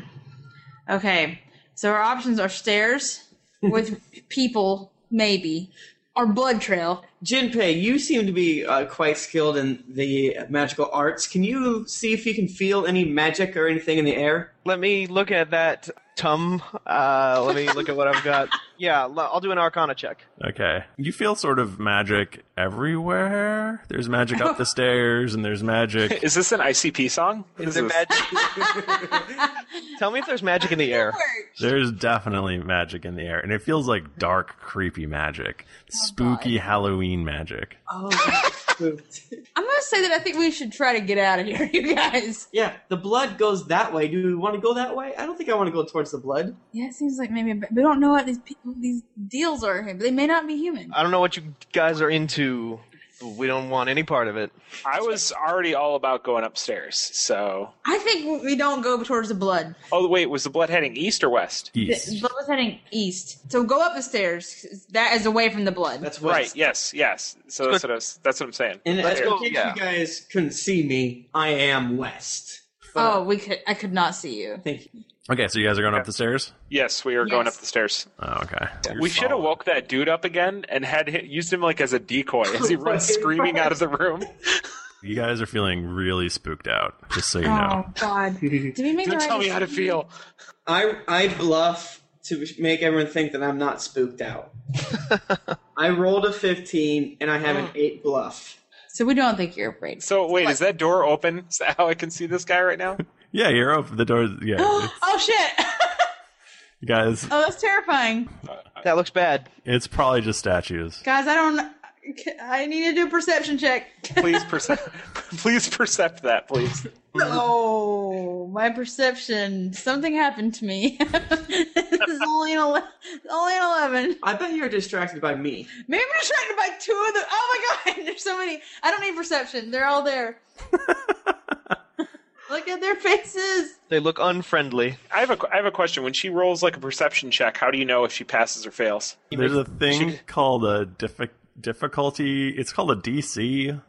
S4: Okay. So our options are stairs with people, maybe, or blood trail.
S12: Jinpei, you seem to be uh, quite skilled in the magical arts. Can you see if you can feel any magic or anything in the air?
S8: Let me look at that tum. Uh, let me look at what I've got. Yeah, l- I'll do an Arcana check.
S1: Okay. You feel sort of magic everywhere. There's magic up the stairs, and there's magic.
S5: Is this an ICP song?
S1: Is
S8: there magic? Tell me if there's magic in the air.
S1: There's definitely magic in the air, and it feels like dark, creepy magic,
S4: Oh,
S1: spooky Halloween magic.
S12: Oh,
S4: I'm gonna say that I think we should try to get out of here, you guys.
S12: Yeah, the blood goes that way. Do we want to go that way? I don't think I want to go towards the blood.
S4: Yeah, it seems like maybe but we don't know what these people, these deals are. But they may not be human.
S8: I don't know what you guys are into. But we don't want any part of it.
S5: I was already all about going upstairs. So,
S4: I think we don't go towards the blood.
S5: oh wait, was the blood heading east or west?
S4: The blood was heading east. So go up the stairs. 'cause That is away from the blood.
S12: That's
S5: Right. Yes. Yes. So that's what I was, that's what I'm saying.
S12: And
S5: Let's
S12: in
S5: go-
S12: case
S5: yeah.
S12: you guys couldn't see me, I am west.
S4: Oh, we could. I could not see you.
S12: Thank
S4: you.
S1: Okay, so you guys are going up the stairs?
S5: Yes, we are going
S4: Yes.
S5: up the stairs.
S1: Oh, okay.
S5: we should have woke that dude up again and had hi- used him like as a decoy as he runs screaming out of the room.
S1: You guys are feeling really spooked out, just so you know.
S4: Oh God! Did we make the right decision?
S12: I I bluff to make everyone think that I'm not spooked out. I rolled a 15 and I have an 8 bluff.
S4: So we don't think you're afraid.
S5: So wait, is that door open? Is that how I can see this guy right now?
S1: Yeah, you're open. The door. Yeah,
S4: Oh shit!
S1: you guys,
S4: Oh, that's terrifying,
S8: That looks bad.
S1: it's probably just statues.
S4: guys. I don't. I need to do a perception check.
S5: please percept. please percept that, please.
S12: Mm.
S4: Oh, my perception. Something happened to me. this is only an, ele- only an 11.
S12: I bet you're distracted by me.
S4: Maybe I'm distracted by two of them. Oh my god, there's so many. I don't need perception. They're all there. Look at their faces.
S8: They look unfriendly.
S5: I have a qu- I have a question. When she rolls like a perception check, how do you know if she passes or fails?
S1: There's a thing called a diffi- difficulty. It's called a DC,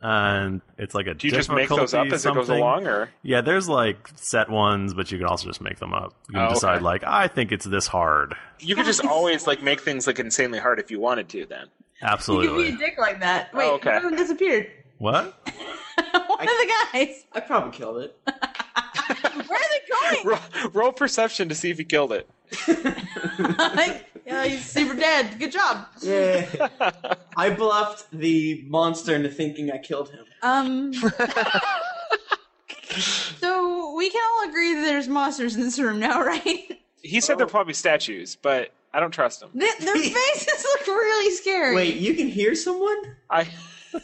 S1: and it's like a.
S5: Do you just make those up
S1: difficulty
S5: as it goes
S1: something.
S5: along, or-
S1: yeah, there's like set ones, but you can also just make them up. You can
S5: Oh, okay.
S1: decide like I think it's this hard.
S5: You could just always like make things like insanely hard if you wanted to. Then
S1: Absolutely.
S4: You could be a dick like that. Wait,
S5: okay.
S4: one of them disappeared.
S1: what?
S4: One of the guys.
S12: I probably killed it.
S4: Where are they going?
S5: roll, roll perception to see if he killed it.
S4: Yeah, he's super dead. Good job.
S12: I bluffed the monster into thinking I killed him.
S4: Um. so we can all agree that there's monsters in this room now, right?
S5: He said
S12: Oh.
S5: they're probably statues, but I don't trust him.
S4: Th- their faces look really scary.
S12: Wait, you can hear someone?
S5: I.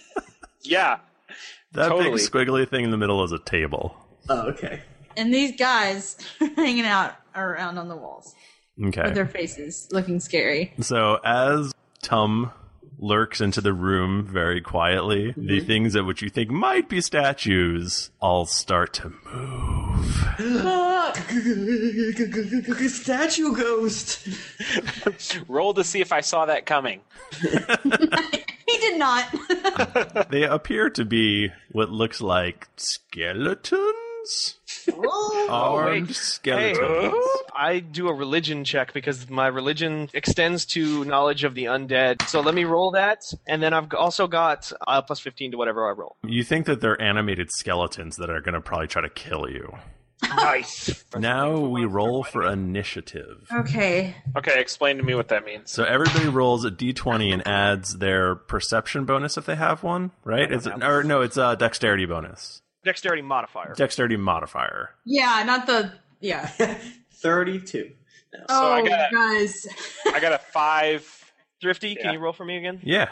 S5: yeah.
S1: That
S5: Totally.
S1: big squiggly thing in the middle is a table.
S12: Oh, okay.
S4: And these guys are hanging out around on the walls
S1: Okay.
S4: with their faces looking scary.
S1: So as Tum lurks into the room very quietly, the things at which you think might be statues all start to
S12: Ah, Statue ghost.
S5: Roll to see if I saw that coming.
S4: He did not.
S1: they appear to be what looks like skeletons. Armed
S8: wait.
S1: skeletons.
S8: Hey, I do a religion check because my religion extends to knowledge of the undead. So let me roll that, and then I've also got uh, plus fifteen to whatever I roll.
S1: You think that they're animated skeletons that are going to probably try to kill you.
S5: Nice.
S1: Now we roll for initiative.
S4: Okay.
S5: Okay, explain to me what that means.
S1: So everybody rolls a d20 and adds their perception bonus if they have one, right? It's or no, it's a dexterity bonus.
S8: Dexterity modifier.
S1: Dexterity modifier.
S4: Yeah, not the yeah.
S12: Thirty-two.
S8: So I
S4: oh,
S8: got
S4: guys.
S8: a, I got a five. Thrifty, can you roll for me again?
S1: Yeah.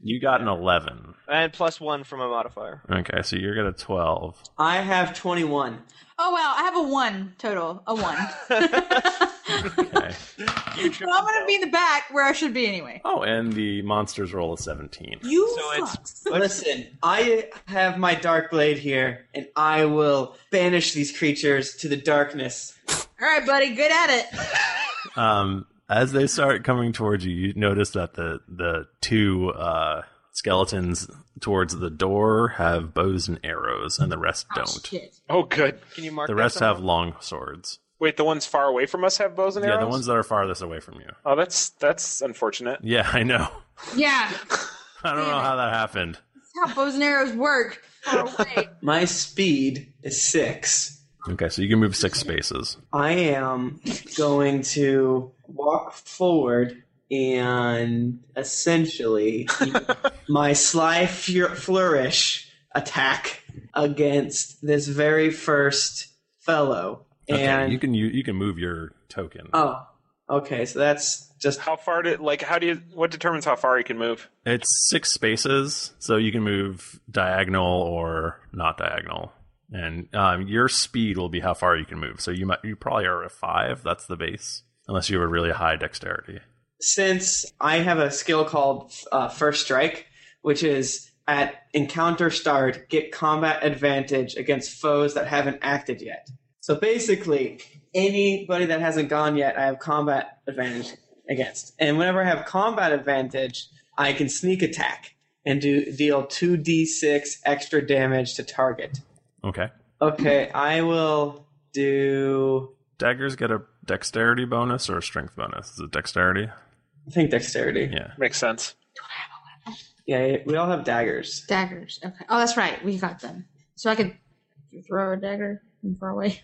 S1: You got an 11.
S8: And plus one from a modifier.
S1: Okay, so you're at a 12.
S12: I have 21.
S4: Oh wow, I have a one total. A one. so I'm gonna be in the back where I should be anyway.
S1: Oh, and the monster's roll is 17.
S4: You
S12: Listen, I have my dark blade here, and I will banish these creatures to the darkness.
S4: All right, buddy, good at it.
S1: Um, as they start coming towards you, you notice that the, the two uh, skeletons towards the door have bows and arrows, and the rest don't.
S5: Oh, good. Can you mark
S1: The rest have long swords.
S5: Wait, the ones far away from us have bows and
S1: Yeah,
S5: arrows.
S1: the ones that are farthest away from you.
S5: Oh, that's that's unfortunate.
S1: Yeah, I know.
S4: Yeah.
S1: I don't know how that happened.
S4: That's how bows and arrows work.
S12: My speed is six.
S1: Okay, so you can move six spaces.
S12: I am going to walk forward and essentially my sly fu- flourish attack against this very first fellow.
S1: Okay,
S12: And
S1: you can you, you can move your token.
S12: oh, okay, so that's just
S5: how far did like how do you what determines how far you can move?
S1: It's six spaces, so you can move diagonal or not diagonal, and um, your speed will be how far you can move. So you might you probably are at five. That's the base, unless you have a really high dexterity.
S12: since I have a skill called uh, First Strike, which is at encounter start, get combat advantage against foes that haven't acted yet. So basically, anybody that hasn't gone yet, I have combat advantage against. And whenever I have combat advantage, I can sneak attack and do deal 2d6 extra damage to target.
S1: Okay.
S12: Okay, I will do.
S1: Daggers get a dexterity bonus or a strength bonus. Is it dexterity?
S12: I think dexterity.
S1: Yeah.
S5: Makes sense.
S12: Yeah, we all have daggers.
S4: Daggers. Okay. Oh, that's right. We got them. So I could throw a dagger from far away.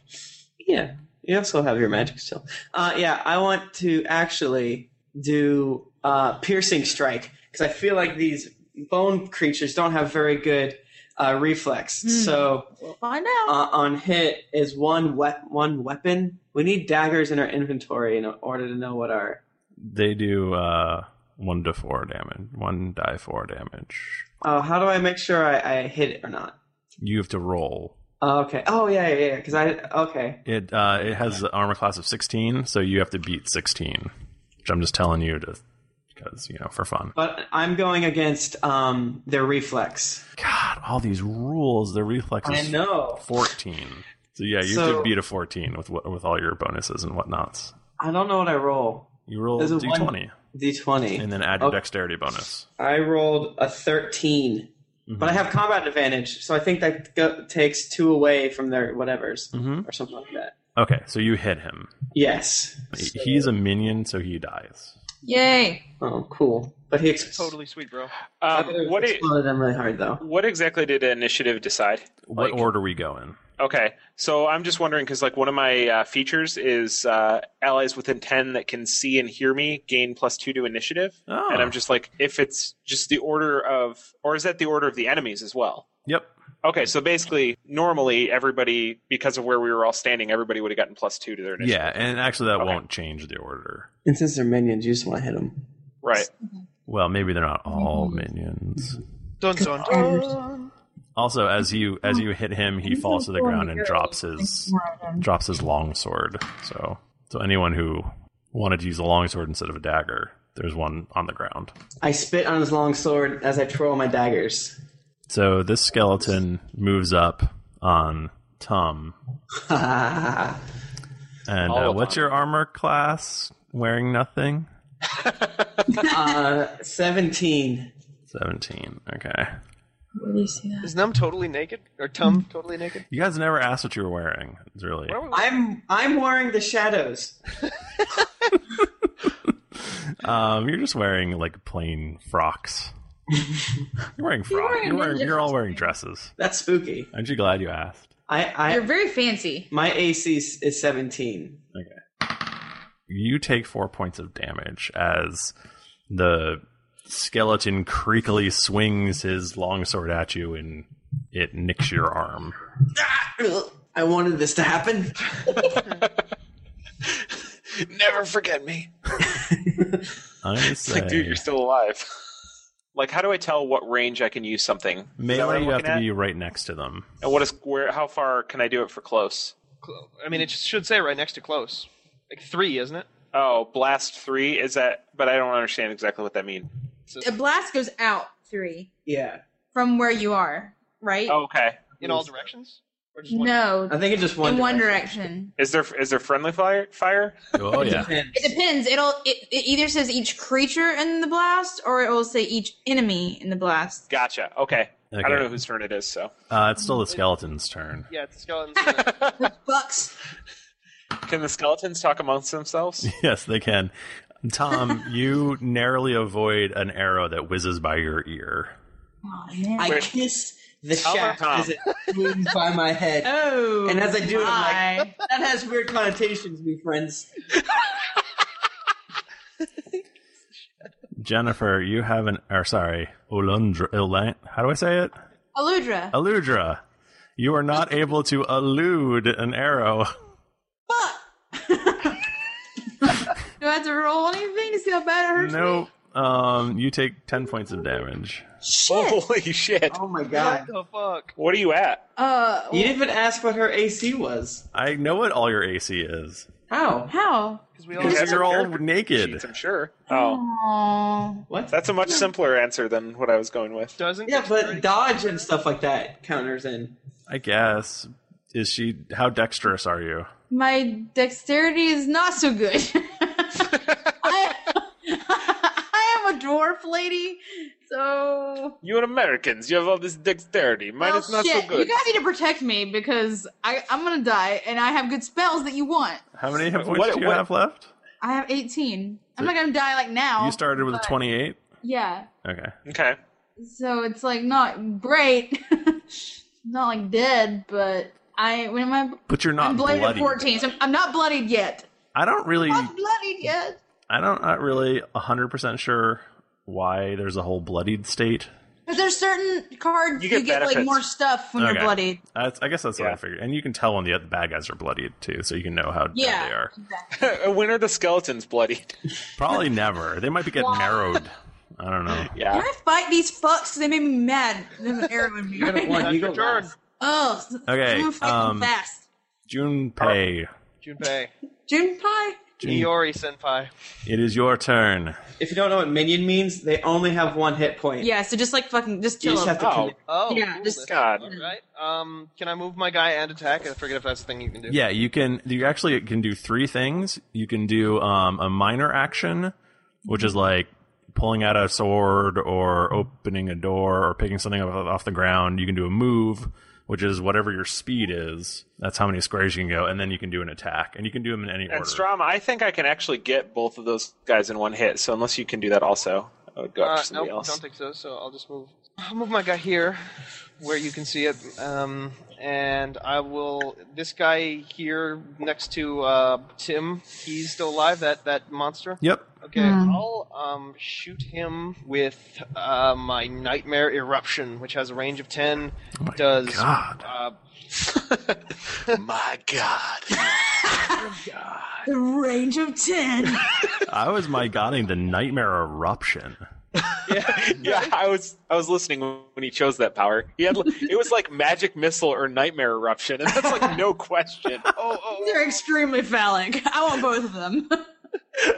S12: Yeah, you also have your magic still. Uh, yeah, I want to actually do uh, piercing strike because I feel like these bone creatures don't have very good uh, reflex. So
S4: We'll find
S12: uh,
S4: out.
S12: on hit is one we- one weapon. We need daggers in our inventory in order to know what our
S1: They do uh, one to four damage. One die four damage.
S12: Oh, how do I make sure I, I hit it or not?
S1: You have to roll.
S12: Oh, okay. Oh yeah, yeah, yeah. Because I okay.
S1: It uh, it has an armor class of sixteen, so you have to beat sixteen. Which I'm just telling you to, because you know for fun.
S12: But I'm going against um, their reflex.
S1: God, all these rules. The reflex
S12: I
S1: is
S12: know.
S1: fourteen. So yeah, you
S12: So-
S1: could beat a fourteen with what with all your bonuses and whatnots.
S12: I don't know what I roll.
S1: You roll
S12: There's a
S1: d twenty,
S12: D twenty,
S1: and then add your
S12: Okay.
S1: dexterity bonus.
S12: I rolled a 13, but I
S1: Mm-hmm.
S12: have combat advantage, so I think that go- takes two away from their whatevers
S1: Mm-hmm.
S12: or something like that.
S1: Okay, so you hit him.
S12: Yes,
S1: He- he's a minion, so he dies.
S4: Yay!
S12: Oh, cool. But he ex-
S5: Totally sweet, bro. Um, what i-
S12: exploded them really hard, though.
S5: what exactly did initiative decide?
S1: What order we go in?
S5: Okay, so I'm just wondering because like one of my uh, features is uh, allies within ten that can see and hear me gain plus two to initiative,
S1: Oh.
S5: and I'm just like if it's just the order of, or is that the order of the enemies as well?
S1: Yep.
S5: Okay, so basically, normally everybody because of where we were all standing, everybody would have gotten plus two to their initiative.
S1: Yeah, and actually that won't change the order. Mm-hmm.
S12: And since they're minions, you just want to hit them.
S5: Right.
S1: Well, maybe they're not all minions.
S12: Mm-hmm.
S8: Dun, dun, dun.
S1: Also, as you as you hit him, he falls to the ground and drops his drops his long sword. So, so anyone who wanted to use a long sword instead of a dagger, there's one on the ground.
S12: I spit on his long sword as I twirl my daggers.
S1: So this skeleton moves up on Tum, and uh, what's your armor class? Wearing nothing.
S12: uh, 17.
S1: Seventeen. Okay.
S4: Where do you see that?
S8: Is Num totally naked? Or
S1: Mm-hmm.
S8: Tum totally naked?
S1: You guys never asked what you were wearing. It's really
S12: I'm I'm wearing the shadows.
S1: um, you're just wearing like plain frocks. You're wearing frocks.
S4: wearing
S1: You're, wearing,
S4: ninja
S1: you're all wearing dresses.
S12: That's spooky.
S1: Aren't you glad you asked?
S12: I, I
S4: You're very fancy.
S12: my AC is is 17.
S1: Okay. you take four points of damage as the skeleton creakily swings his longsword at you and it nicks your arm.
S12: I wanted this to happen.
S5: Never forget me.
S1: I
S5: It's like, dude, you're still alive. like, how do I tell what range I can use something? Is that what I'm
S1: melee. You have
S5: looking
S1: to
S5: at?
S1: be right next to them.
S5: And what is where? How far can I do it for close?
S8: Cl- I mean, it just should say right next to close. Like three, isn't it?
S5: Oh, blast three is that? But I don't understand exactly what that means.
S4: A blast goes out three
S12: Yeah.
S4: from where you are, right?
S5: Oh, okay.
S8: In all directions?
S4: No.
S12: I think it just
S4: in one direction.
S5: Is there is there friendly fire? Fire?
S1: Oh
S4: It depends. It'll it, it either says each creature in the blast or it will say each enemy in the blast.
S5: Gotcha. Okay. I
S1: Okay.
S5: don't know whose turn it is. So
S1: Uh, it's still the skeleton's turn.
S8: Yeah, it's skeletons.
S4: Bucks.
S5: Can the skeletons talk amongst themselves?
S1: Yes, they can. Tom, you narrowly avoid an arrow that whizzes by your ear.
S12: I kiss the
S5: Tell her,
S12: shaft
S5: Tom.
S12: as it moves by my head.
S4: Oh,
S12: and as I do it, I'm
S4: like,
S12: that has weird connotations, me friends.
S1: Jennifer, you have an, or sorry, Olundra, Ilan, how do I say it?
S4: Aludra.
S1: Aludra. You are not able to elude an arrow.
S12: Oh.
S4: Do I have to roll anything to see how bad it hurts? me?
S1: Nope. Um, you take 10 points of damage.
S5: Holy shit!
S12: Oh my
S8: God. What the fuck?
S5: What are you at?
S4: Uh,
S12: You didn't even ask what her AC was.
S1: I know what all your AC is.
S12: How?
S4: How?
S1: Because you're all naked.
S5: I'm sure. Oh,
S4: Aww.
S12: What?
S5: That's a much simpler answer than what I was going with.
S8: Doesn't
S12: yeah, but dodge and stuff like that counters in.
S1: I guess. Is she, how dexterous are you?
S4: My dexterity is not so good. I, I am a dwarf lady, so
S5: You and Americans, you have all this dexterity. Mine
S4: Well,
S5: is not
S4: Oh, shit.
S5: so good.
S4: You guys need to protect me because I, I'm gonna die, and I have good spells that you want.
S1: How many hit points
S5: What-
S1: do you
S5: what-
S1: have left?
S4: I have 18. I'm
S1: So-
S4: not gonna die like now.
S12: Oh,
S1: you started with a
S4: but-
S1: 28?
S4: Yeah,
S1: Okay.
S5: Okay.
S4: so it's like not great, not like dead, but I when am I?
S1: But you're not
S4: I'm bloodied
S1: bloodied.
S4: at 14, so I'm, I'm not bloodied yet.
S1: I don't really
S12: Oh.
S4: Not bloodied yet.
S1: I don't not really 100% sure why there's a whole bloodied state.
S4: Because there's certain cards
S1: You
S4: you
S1: get
S4: get,
S1: benefits.
S4: like more stuff when
S1: Okay.
S4: you're bloodied.
S1: That's, I guess that's what I figured. And you can tell when the, the bad guys are bloodied too, so you can know how
S4: Yeah,
S1: dead they are.
S5: when are the skeletons bloody?
S1: Probably never. They might be getting narrowed. I don't know.
S5: Yeah.
S4: I fight these fucks. They made me mad. They have an arrow in me.
S1: You're gonna want- you go last.
S4: Oh,
S1: Okay,
S4: I'm fighting
S1: um,
S4: fast.
S1: Junpei,
S8: Junpei.
S4: Junpei.
S1: Jun-
S8: Iori senpai.
S1: it is your turn.
S12: If you don't know what minion means, they only have one hit point.
S4: Yeah, so just like fucking, just
S12: You
S4: kill
S12: just
S4: him.
S12: have to commit.
S8: Oh,
S4: Yeah,
S8: cool,
S4: just-
S8: that's
S1: God.
S8: cool, Right. Um, can I move my guy and attack? I forget if that's the thing you can do.
S1: Yeah, you can. You actually can do three things. You can do um, a minor action, which is like pulling out a sword or opening a door or picking something up off the ground. You can do a move, which is whatever your speed is. That's how many squares you can go, and then you can do an attack, and you can do them in any
S5: And
S1: order.
S5: Strom, I think I can actually get both of those guys in one hit. So unless you can do that also, I would go
S8: Uh,
S5: after
S8: nope,
S5: somebody else.
S8: don't think so. So I'll just move. I'll move my guy here, where you can see it. Um, and I will. This guy here next to uh, Tim, he's still alive. That that monster.
S1: Yep.
S8: Okay, I'll um, shoot him with uh, my nightmare eruption, which has a range of ten. does God. Uh,
S5: my God.
S1: oh,
S4: The range of ten.
S5: Oh,
S1: I was my godding the nightmare eruption.
S5: yeah, I was I was listening when he chose that power. He had it was like magic missile or nightmare eruption, and that's like no question. oh.
S4: They're extremely phallic. I want both of them.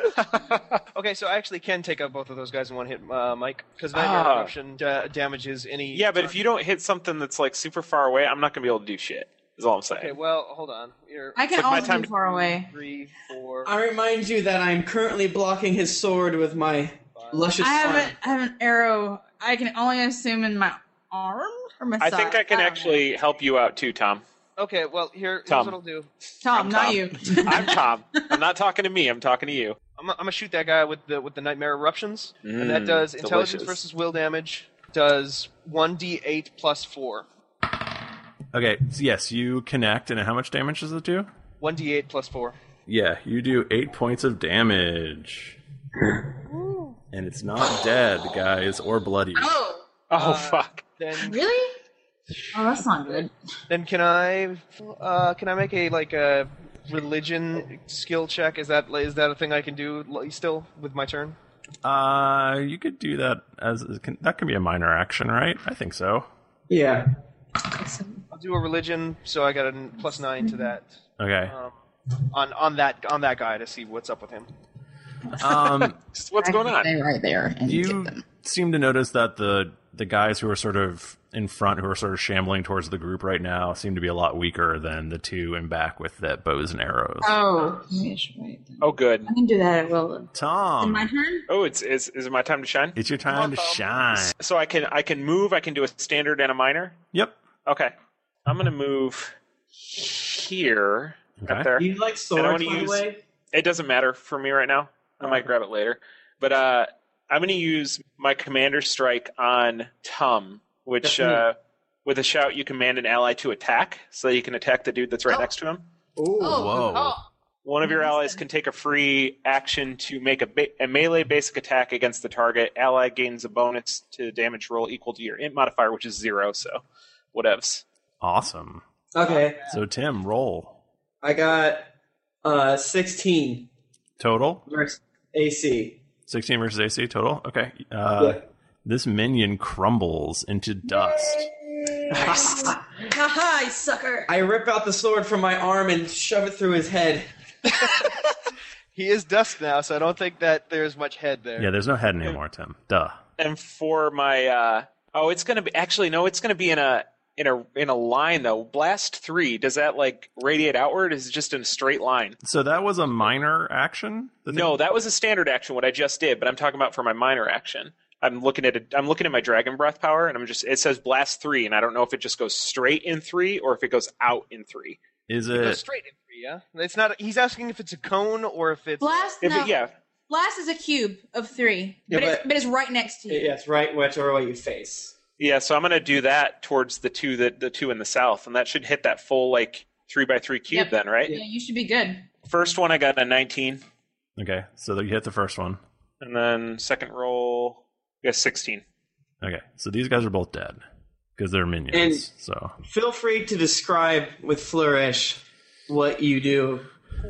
S8: okay, so I actually can take out both of those guys in one hit, uh, Mike, because nightmare
S5: Ah.
S8: eruption da- damages any.
S5: Yeah, but if you don't hit something that's like super far away, I'm not gonna be able to do shit. Is all I'm saying.
S8: Okay, well, hold on. You're,
S4: I can
S5: Like, my
S4: also
S5: time-
S4: be far away.
S8: Three, four.
S12: I remind you that I'm currently blocking his sword with my luscious
S4: I have,
S12: arm.
S4: a, I have an arrow. I can only assume in my arm or my
S5: I
S4: side.
S5: think I can actually help you out too, Tom.
S8: Okay, well, here, here's
S5: Tom.
S8: what I'll do.
S4: Tom, not
S5: Tom.
S4: you.
S5: I'm Tom. I'm not talking to me. I'm talking to you.
S8: I'm, I'm gonna shoot that guy with the with the nightmare eruptions, and that
S5: Mm,
S8: does
S5: delicious.
S8: intelligence versus will damage. Does one d8 plus four.
S1: Okay, so yes, you connect, and how much damage does it do?
S8: One d8 plus four.
S1: Yeah, you do eight points of damage.
S5: Oh,
S1: And it's not dead, guys, or bloody.
S4: Oh.
S8: Oh,
S5: fuck.
S8: Then
S4: really? Oh, that's not good.
S8: Then can I, uh, can I make a like a religion skill check? Is that is that a thing I can do li- still with my turn?
S1: Uh, you could do that as can, that can be a minor action, right? I think so.
S12: Yeah.
S8: I'll do a religion, so I got a n- plus nine to that.
S1: Okay.
S8: Um, on on that on that guy to see what's up with him.
S1: Um,
S5: what's going on?
S8: Stay right there and
S1: you seem to notice that the the guys who are sort of in front, who are sort of shambling towards the group right now, seem to be a lot weaker than the two in back with the bows and arrows.
S4: Oh, maybe I should wait.
S5: Oh, good.
S4: I can do that at will.
S1: Tom.
S4: My turn.
S5: Oh, it's is is it my time to shine?
S1: It's your time to shine.
S5: So I can I can move. I can do a standard and a minor.
S1: Yep.
S5: Okay. I'm gonna move here.
S1: Okay.
S5: Up there.
S12: You like
S5: And I
S12: swords,
S5: wanna
S12: by the
S5: use-
S12: way?
S5: It doesn't matter for me right now. I might grab it later. But uh, I'm gonna use my commander strike on Tom, which uh,
S12: Definitely.
S5: with a shout you command an ally to attack, so you can attack the dude that's right next to him.
S12: Ooh.
S4: Oh,
S5: Whoa. One of your allies can take a free action to make a, ba- a melee basic attack against the target. Ally gains a bonus to damage roll equal to your int modifier, which is zero. So, whatevs.
S1: Awesome.
S12: Okay.
S1: So Tim, roll
S12: I got uh 16
S1: total.
S12: versus AC.
S1: 16 versus AC total. Okay. Uh,
S12: Yeah.
S1: This minion crumbles into dust.
S4: Haha, you sucker.
S12: I rip out the sword from my arm and shove it through his head.
S8: He is dust now, so I don't think that there's much head there.
S1: Yeah, there's no head anymore, Tim. Duh.
S5: And for my uh, oh, it's gonna be actually no, it's gonna be in a in a in a line though. Blast three does that like radiate outward? Is it just in a straight line?
S1: So that was a minor action. The thing-
S5: No, that was a standard action. What I just did, but I'm talking about for my minor action. I'm looking at it. I'm looking at my dragon breath power, and I'm just. It says blast three, and I don't know if it just goes straight in three or if it goes out in three.
S1: Is
S8: It goes straight in three, yeah? It's not. He's asking if it's a cone or if it's
S4: Blast, no. Blast is a cube of three,
S5: Yeah,
S4: but, it's,
S5: but-
S4: but it's right next to you.
S12: Yes, right, whichever way you face.
S5: Yeah, so I'm gonna do that towards the two that the two in the south, and that should hit that full like three by three cube
S4: Yep.
S5: then, right?
S4: Yeah, you should be good.
S5: First one I got a 19,
S1: Okay, so you hit the first one.
S5: and then second roll I got 16.
S1: Okay, so these guys are both dead because they're minions.
S12: And-
S1: so
S12: Feel free to describe with flourish what you do.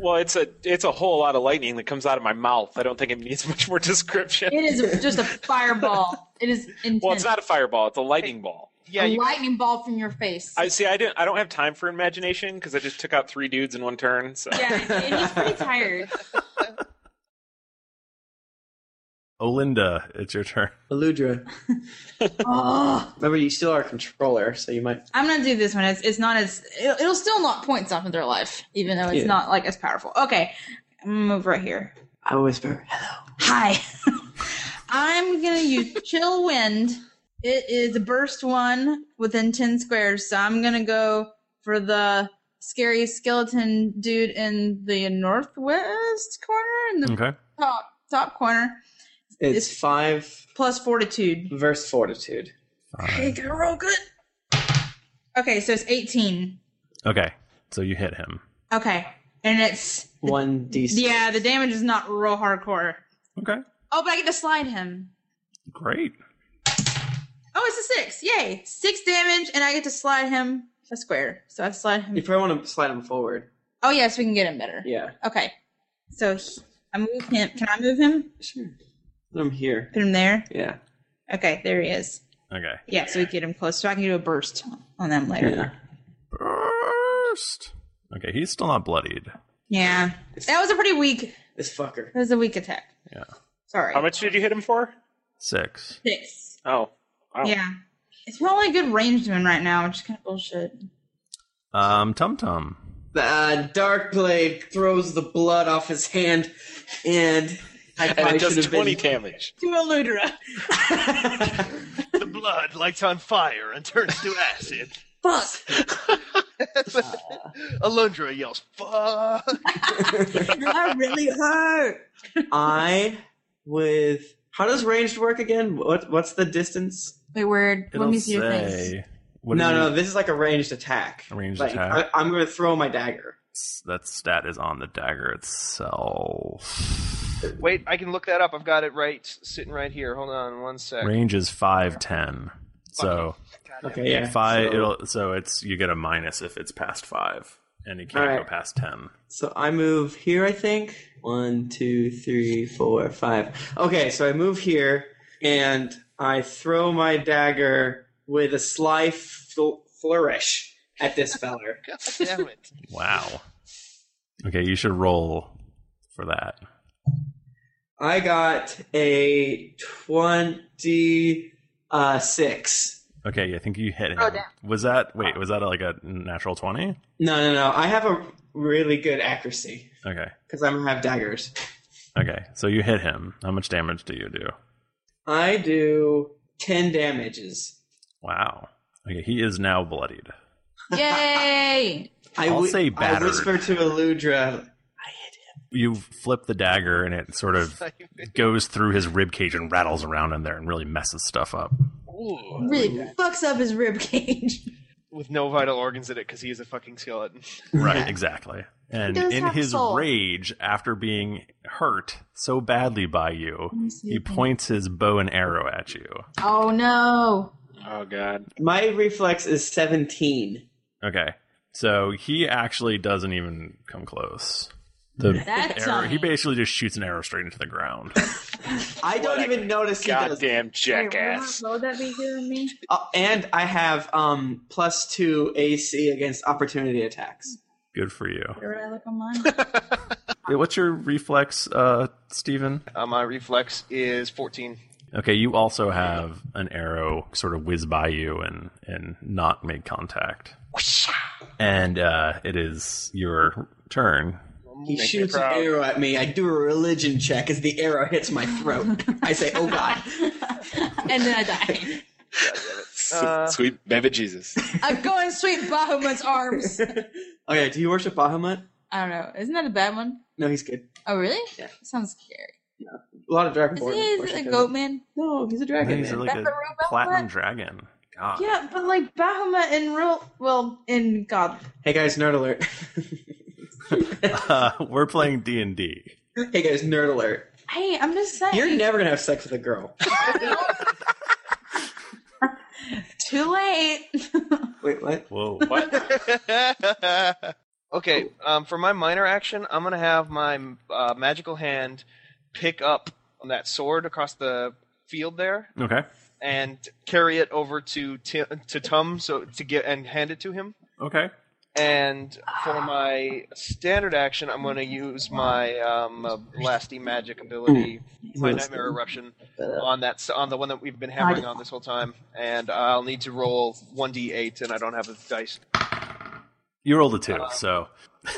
S5: Well, it's a it's a whole lot of lightning that comes out of my mouth. I don't think it needs much more description.
S4: It is just a fireball. It is intense.
S5: well, it's not a fireball; it's a lightning ball.
S4: a lightning ball from your face.
S5: I see. I didn't. I don't have time for imagination because I just took out three dudes in one turn. So
S4: He's pretty tired.
S1: Olinda, it's your turn.
S12: Aludra.
S4: Ugh.
S12: Remember, you still are controller, so you might.
S4: I'm gonna do this one. It's, it's not as it'll, it'll still knock points off of their life, even though it's
S12: Yeah.
S4: not like as powerful. Okay, I'm gonna move right here.
S12: I whisper.
S4: Hi. I'm gonna use chill wind. It is a burst one within ten squares, so I'm gonna go for the scary skeleton dude in the northwest corner in the
S1: Okay.
S4: top top corner.
S12: It's five
S4: plus fortitude
S12: versus fortitude.
S4: Okay, gotta roll good. Okay, so it's eighteen.
S1: Okay, so you hit him.
S4: Okay. And it's
S12: One d.
S4: yeah, the damage is not real hardcore.
S1: Okay.
S4: Oh, but I get to slide him.
S1: Great.
S4: Oh, it's a six. Yay. Six damage, and I get to slide him a square. So I slide him.
S12: You probably want to slide him forward.
S4: Oh, yes, we can get him better.
S12: Yeah,
S4: Okay. So he- I move him. Can I move him?
S12: Sure. put him here.
S4: Put him there?
S12: Yeah.
S4: Okay, there he is.
S1: Okay.
S4: Yeah, so we get him close. So I can do a burst on them later.
S1: Burst. Okay, he's still not bloodied.
S4: Yeah. That was a pretty weak.
S12: This fucker.
S4: That was a weak attack.
S1: Yeah.
S4: Sorry.
S5: How much did you hit him for?
S1: Six.
S4: Six.
S5: Oh, wow.
S4: Yeah. It's probably a good ranged one right now, which is kind of bullshit.
S1: Um, Tum Tum.
S12: The uh, dark blade throws the blood off his hand, and I
S5: And
S12: probably
S5: it does
S12: should have been-
S5: 20 damage.
S4: To Eludra.
S8: the blood lights on fire and turns to acid.
S4: Fuck.
S8: Alundra yells, "Fuck!"
S4: that really hurt.
S12: I with how does ranged work again? What what's the distance?
S4: Wait, word. Let me see your face.
S1: What
S12: no,
S1: is
S12: no,
S1: it?
S12: this is like a ranged attack.
S1: A ranged
S12: Like,
S1: attack?
S12: I, I'm going to throw my dagger.
S1: That stat is on the dagger itself.
S8: Wait, I can look that up. I've got it right, sitting right here. Hold on, one sec.
S1: Range is five ten. So
S8: Okay, yeah,
S1: five.
S8: so-
S1: it'll so it's you get a minus if it's past five. and it can't
S12: All
S1: go
S12: right.
S1: past ten.
S12: So I move here, I think. One, two, three, four, five. Okay, so I move here and I throw my dagger with a sly fl- flourish at this feller. God damn it.
S1: Wow. Okay, you should roll for that.
S12: I got a uh, 26.
S1: Okay, I think you hit him.
S12: Oh, damn.
S1: Was that wait? Was that like a natural twenty?
S12: No, no, no. I have a really good accuracy
S1: Okay,
S12: because I don't have daggers.
S1: okay. So you hit him. How much damage do you do?
S12: I do 10 damages.
S1: Wow. Okay, he is now bloodied.
S4: Yay!
S12: I
S1: I'll
S12: whi-
S1: say
S12: I
S1: battered.
S12: whisper to Eludra,
S1: You flip the dagger, and it sort of goes through his rib cage and rattles around in there, and really messes stuff up.
S4: Really fucks up his rib cage.
S8: with no vital organs in it because he is a fucking skeleton.
S1: Right, exactly. And
S8: He does
S1: in
S8: have
S1: his
S8: soul.
S1: rage, after being hurt so badly by you,
S4: Let me see
S1: he
S4: if I-
S1: points his bow and arrow at you.
S4: Oh no!
S1: Oh god.
S12: My reflex is 17.
S1: Okay. So he actually doesn't even come close. The
S12: That's
S1: arrow, he
S12: nice.
S1: basically just shoots an arrow straight into the ground.
S12: I don't even notice he does.
S5: Goddamn
S4: Wait, what would that be doing me?
S12: Uh, and I have um, plus two AC against opportunity attacks.
S1: Good for you.
S4: Where would I look online?
S1: Hey, What's your reflex, uh, Steven?
S8: Uh, my reflex is 14.
S1: Okay, you also have an arrow sort of whiz by you and and not make contact. And uh, it is your turn.
S12: He
S8: Make me
S12: shoots an
S8: proud.
S12: arrow at me. I do a religion check as the arrow hits my throat. I say, "Oh God!"
S4: and then I die. Uh,
S5: Sweet baby Jesus.
S4: I'm going sweet Bahamut's arms.
S12: Okay, do you worship Bahamut?
S4: I don't know. Isn't that a bad one?
S12: No, he's good.
S4: Oh really? Yeah. Sounds scary.
S12: A lot of dragon.
S4: Is he is a goat man?
S12: No, he's a dragon.
S1: He's
S12: man.
S1: like a platinum dragon. God.
S4: Yeah, but like Bahama in real, well, in God.
S12: Hey guys, nerd alert!
S1: Uh, we're playing D and D.
S12: Hey guys, nerd alert!
S4: Hey, I'm just saying.
S12: You're never gonna have sex with a girl.
S4: too late.
S12: Wait, what?
S1: Whoa!
S8: What? okay, um, for my minor action, I'm gonna have my uh, magical hand pick up on that sword across the field there
S1: Okay.
S8: and carry it over to Ti- to Tum so to get and hand it to him.
S1: Okay.
S8: And for my standard action, I'm going to use my um, uh, blasty magic ability, my nightmare eruption, on that s- on the one that we've been hammering on this whole time. And I'll need to roll one d8, and I don't have a dice.
S1: You rolled a two, so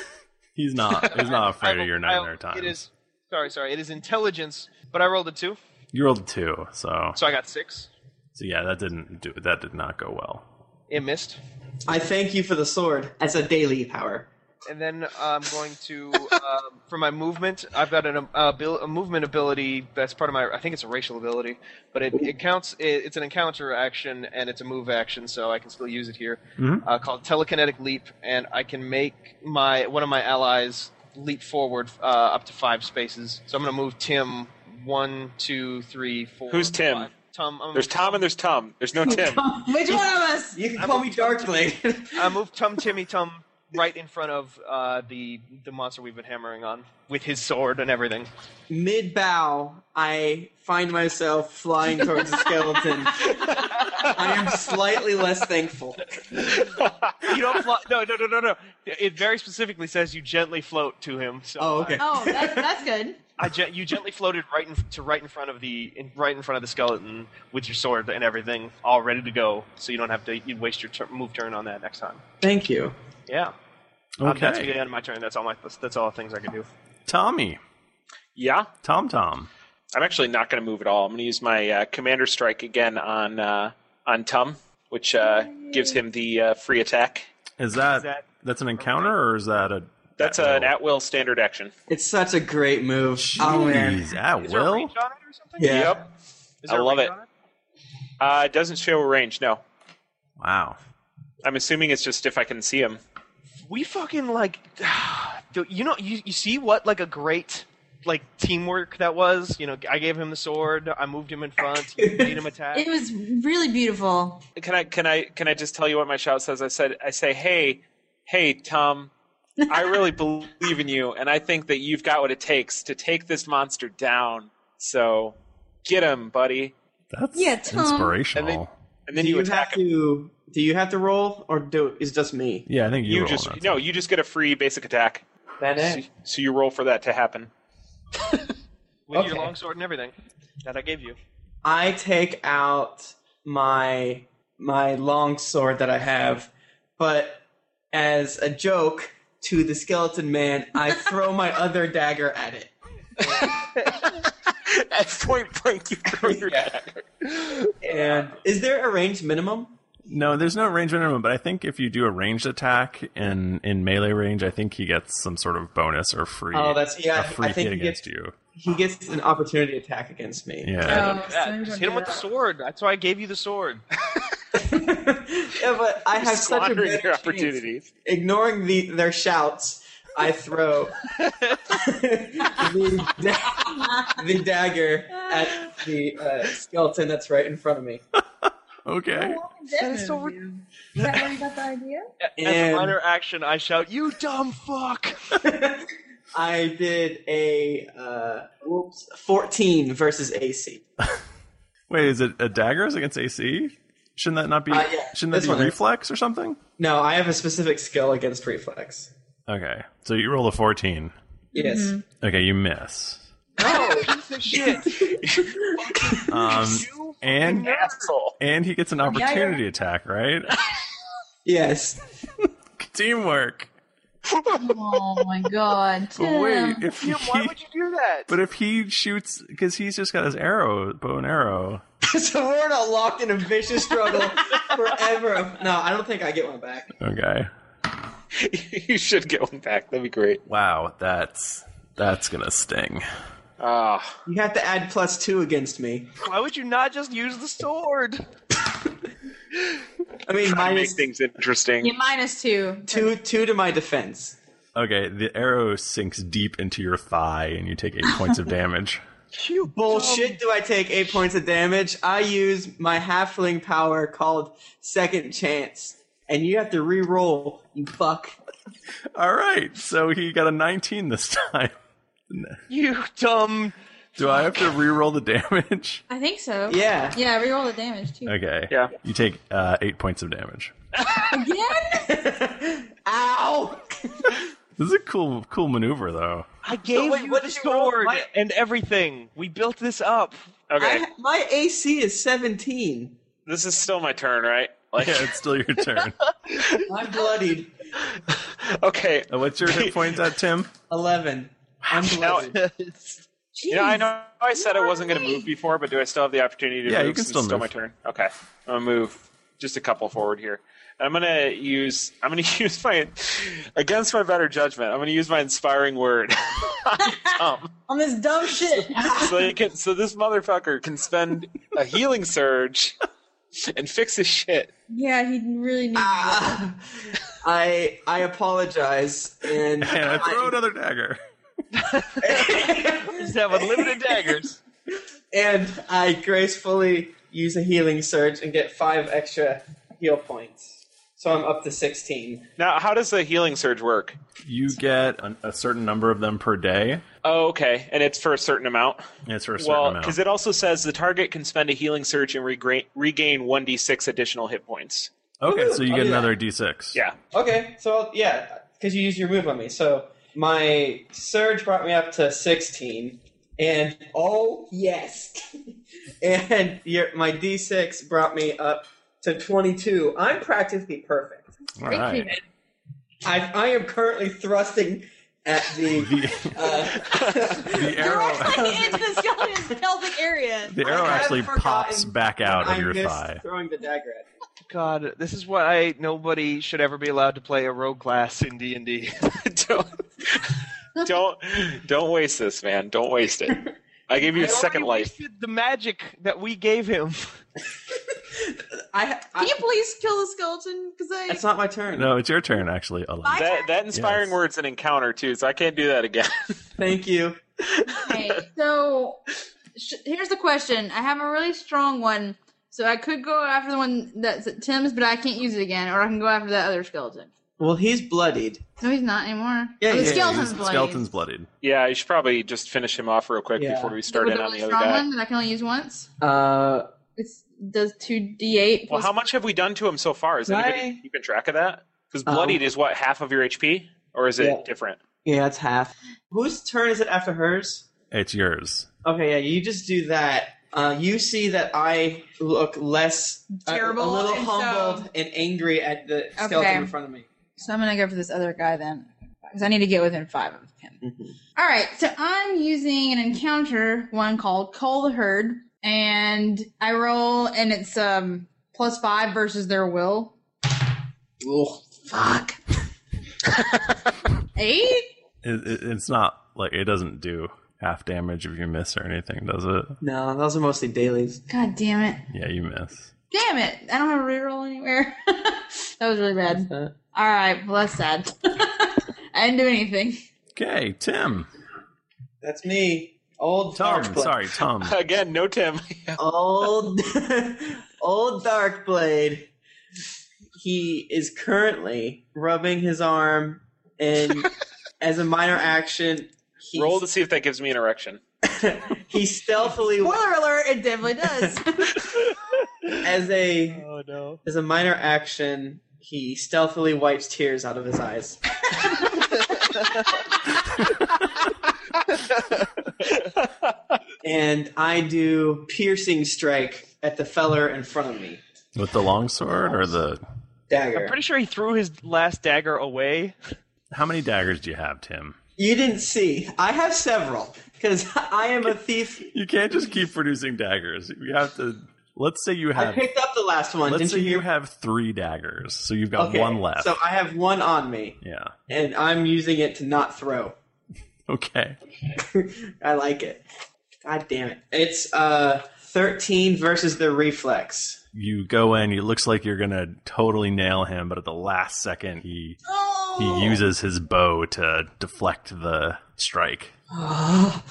S1: he's not he's not afraid of your nightmare
S8: It
S1: time.
S8: is sorry, sorry. It is intelligence, but I rolled a two,
S1: You rolled a two, so
S8: so I got six.
S1: so yeah, that didn't do that did not go well.
S8: It missed.
S12: I thank you for the sword as a daily power.
S8: and then I'm going to um, for my movement. I've got an, um, abil- a movement ability that's part of my. I think it's a racial ability, but it, it counts. It, it's an encounter action and it's a move action, so I can still use it here.
S12: Mm-hmm.
S13: Mhm.
S8: Uh, called telekinetic leap, and I can make my one of my allies leap forward uh, up to five spaces. So I'm going to move Tim one, two, three, four.
S5: Who's Tim?
S8: five. Tom. I'm-
S5: There's Tom and there's Tom. There's no Tim.
S4: Which one of us?
S12: You can call me Darkblade.
S8: I moved Tum Timmy Tum right in front of uh, the the monster we've been hammering on with his sword and everything.
S12: Mid bow, I find myself flying towards the skeleton. I am slightly less thankful.
S8: You don't fly. No, no, no, no, no. It very specifically says you gently float to him. So
S12: oh, okay.
S4: Oh, that, that's good.
S8: I gen- you gently floated right in, to right in front of the in, right in front of the skeleton with your sword and everything, all ready to go, so you don't have to you waste your tur move turn on that next time.
S12: Thank you.
S8: Yeah. Um, that's
S1: Okay.
S8: the end of my turn. That's all my that's all the things I can do.
S1: Tommy.
S5: Yeah.
S1: Tom Tom.
S5: I'm actually not going to move at all. I'm going to use my uh, commander strike again on uh, on Tum, which uh, gives him the uh, free attack.
S1: Is that, that's an encounter or is that a
S5: That's an at will standard action.
S12: It's such a great move. oh man.
S1: Jeez, at
S5: Is there a
S1: will?
S12: Yeah.
S5: Yep.
S12: Is
S5: I
S12: there a
S5: love
S12: range
S5: it. Uh, it doesn't show a range. No.
S1: Wow.
S5: I'm assuming it's just if I can see him.
S8: We fucking like, do- you know, you, you see what like a great like teamwork that was. You know, I gave him the sword. I moved him in front. You made him attack.
S4: It was really beautiful.
S5: Can I? Can I? Can I just tell you what my shout says? I said. I say, "Hey, hey, Tom, I really believe in you, and I think that you've got what it takes to take this monster down. So get him, buddy.
S1: That's
S4: yeah, Tom.
S1: inspirational.
S5: And then, and then
S12: do
S5: you,
S12: you
S5: attack
S12: have to? Do you have to roll, or do is just me?
S14: Yeah, I think
S5: You, just no, you just get a free basic attack.
S12: That
S5: so,
S12: is.
S5: so you roll for that to happen.
S8: With your longsword and everything that I gave you.
S12: I take out my my long sword that I have, but as a joke to the skeleton man, I throw my other dagger at it.
S5: at point blank, you throw your
S12: dagger. And is there a range minimum?
S1: No, there's no range minimum, but I think if you do a ranged attack in in melee range, I think he gets some sort of bonus or free.
S12: Oh, that's
S1: a
S12: yeah.
S1: free
S12: I think
S1: hit
S12: he
S1: against
S12: gets
S1: you.
S12: He gets an opportunity attack against me.
S1: Yeah.
S8: Don't do Oh, that. Just hit him with the sword. That's why I gave you the sword.
S12: yeah, but I have such a
S8: Squandering
S12: better
S8: your
S12: chance.
S8: opportunities.
S12: Ignoring the their shouts, I throw the, da- the dagger at the uh, skeleton that's right in front of me.
S1: Okay.
S8: That is so
S4: Is that where you got the idea?
S8: As
S12: And-
S8: a minor action, I shout, "You dumb fuck!"
S12: I did a uh, whoops, fourteen versus AC.
S1: Wait, is it a dagger is against AC? Shouldn't that not be?
S12: Uh, yeah,
S1: shouldn't that
S12: this
S1: be
S12: one is.
S1: reflex or something?
S12: No, I have a specific skill against reflex.
S1: Okay, so you roll a fourteen. Mm-hmm.
S12: Yes. Mhm.
S1: Okay, you miss.
S12: Oh,
S1: Um, and and he gets an opportunity attack, right?
S12: Yes.
S1: Teamwork.
S4: oh my god.
S1: But wait,
S4: Tim.
S1: if he,
S8: Why'd you do that?
S1: but if he shoots, because he's just got his arrow, bow and arrow.
S12: so we're not locked in a vicious struggle forever. No, I don't think I get one back.
S1: Okay.
S5: you should get one back. That'd be great.
S1: Wow, that's that's gonna sting.
S5: Ah.
S12: You have to add plus two against me.
S8: Why would you not just use the sword?
S12: I mean,
S5: Try to make things interesting.
S4: You minus two.
S12: Two two to my defense.
S1: Okay, the arrow sinks deep into your thigh, and you take eight points of damage.
S12: You bullshit! Do I take eight points of damage? I use my halfling power called Second Chance, and you have to re-roll. You fuck.
S1: All right, so he got a nineteen this time.
S8: You dumb.
S1: Do I have to re-roll the damage?
S4: I think so.
S1: Yeah.
S4: Yeah, reroll the damage too.
S1: Okay. Yeah. You take uh, eight points of damage.
S12: Ow!
S1: This is a cool, cool maneuver, though.
S8: I gave you the sword and everything. We built this up.
S5: Okay.
S12: my AC is seventeen.
S5: This is still my turn, right? Like,
S1: yeah, it's still your turn.
S12: I'm bloodied.
S5: okay.
S1: what's your hit points at, Tim?
S12: Eleven. I'm bloodied.
S5: You know, I know I said I wasn't going to move before, but do I still have the opportunity to
S1: Yeah,
S5: move?
S1: you can
S5: since
S1: still
S5: it's still my
S1: move.
S5: turn. Okay, I'm gonna move just a couple forward here. And I'm gonna use I'm gonna use my against my better judgment. I'm gonna use my inspiring word.
S4: On this dumb shit.
S5: so you can, so this motherfucker can spend a healing surge and fix his shit.
S4: yeah, he really needs.
S12: Ah. I I apologize, and,
S1: And I throw another dagger.
S8: Just have unlimited daggers.
S12: And I gracefully use a healing surge and get five extra heal points. So I'm up to 16.
S5: Now, how does the healing surge work?
S1: You get an, a certain number of them per day.
S5: Oh, okay, and it's for a certain amount.
S1: And it's for a certain
S5: Well,
S1: amount.
S5: because it also says the target can spend a healing surge and regra- regain one d six additional hit points.
S1: okay, so you
S12: I'll
S5: Oh,
S1: get
S12: do that.
S1: another d6.
S5: Yeah.
S12: Okay, so I'll- yeah, because you used your move on me. So my surge brought me up to 16. And oh, yes. and your, my d6 brought me up to 22. I'm practically perfect.
S1: All right.
S12: I, I am currently thrusting at the. uh,
S1: The arrow,
S4: into the skeleton's pelvic area.
S1: the arrow actually pops back out of
S8: I
S1: your
S8: missed
S1: thigh.
S12: throwing the dagger at
S8: God, this is why nobody should ever be allowed to play a rogue class in D and D.
S5: don't don't waste this, man. Don't waste it. I gave you a second life.
S8: The magic that we gave him.
S12: I,
S4: Can you please kill the skeleton? Because I.
S12: That's not my turn.
S1: No, it's your turn actually. Ellen.
S5: That that inspiring word's an encounter too, so I can't do that again.
S12: Thank you.
S4: Okay, so sh- here's the question. I have a really strong one, so I could go after the one that's at Tim's, but I can't use it again, or I can go after that other skeleton.
S12: Well, he's bloodied.
S4: No, he's not anymore. Yeah, the skeleton's bloody.
S1: bloodied.
S5: Yeah, you should probably just finish him off real quick
S12: Yeah.
S5: before we start
S4: With
S5: in
S4: the
S5: on the
S4: really
S5: other
S4: strong
S5: guy.
S4: one that I can only use once.
S12: Uh,
S4: It does two d8.
S5: Well, how much have we done to him so far? Is anybody keeping track of that? Because
S4: Um,
S5: bloodied is what half of your HP, or is it
S12: Yeah.
S5: different?
S12: Yeah, it's half. Whose turn is it after hers?
S1: It's yours.
S12: Okay, yeah, you just do that. Uh, you see that I look less uh, a-
S4: Terrible,
S12: a, little
S4: and so-
S12: humbled and angry at the skeleton
S4: Okay.
S12: in front of me.
S4: So I'm gonna go for this other guy then, because I need to get within five of him.
S5: Mm-hmm.
S4: All right, so I'm using an encounter one called Call the Herd, and I roll, and it's um plus five versus their will.
S12: Ugh,
S4: fuck. Eight.
S1: It, it, it's not like it doesn't do half damage if you miss or anything, does it?
S12: No, those are mostly dailies.
S4: God damn it!
S1: Yeah, you miss.
S4: Damn it! I don't have a reroll anywhere. that was really bad. All right, well that's sad. I didn't do anything.
S1: Okay, Tim.
S12: That's me. Old
S1: Tom.
S12: Darkblade.
S1: Sorry, Tom.
S5: Again, no Tim.
S12: old old Darkblade. He is currently rubbing his arm and as a minor action
S5: Roll to see if that gives me an erection.
S12: he stealthily
S4: Spoiler alert, it definitely does.
S12: as a
S8: Oh,
S12: as a minor action he stealthily wipes tears out of his eyes. and I do piercing strike at the feller in front of me.
S1: With the longsword or the
S12: Dagger.
S8: I'm pretty sure he threw his last dagger away.
S1: How many daggers do you have, Tim?
S12: You didn't see. I have several because I am a thief.
S1: You can't just keep producing daggers. You have to let's say you
S12: I
S1: have
S12: picked up the last one.
S1: let's
S12: didn't
S1: say
S12: you?
S1: you, have three daggers, so you've got
S12: Okay,
S1: one left.
S12: So I have one on me,
S1: yeah.
S12: and I'm using it to not throw.
S1: Okay.
S12: I like it. God damn it! It's uh 13 versus the reflex.
S1: You go in, it looks like you're gonna totally nail him, but at the last second he he uses his bow to deflect the strike.
S12: Oh,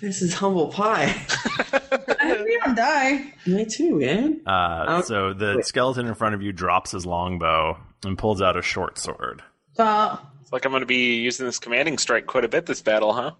S12: this is humble pie.
S4: I hope you don't die.
S12: Me too, man.
S1: Uh, so the skeleton in front of you drops his longbow and pulls out a short sword.
S4: Uh,
S5: It's like I'm going to be using this commanding strike quite a bit this battle, huh?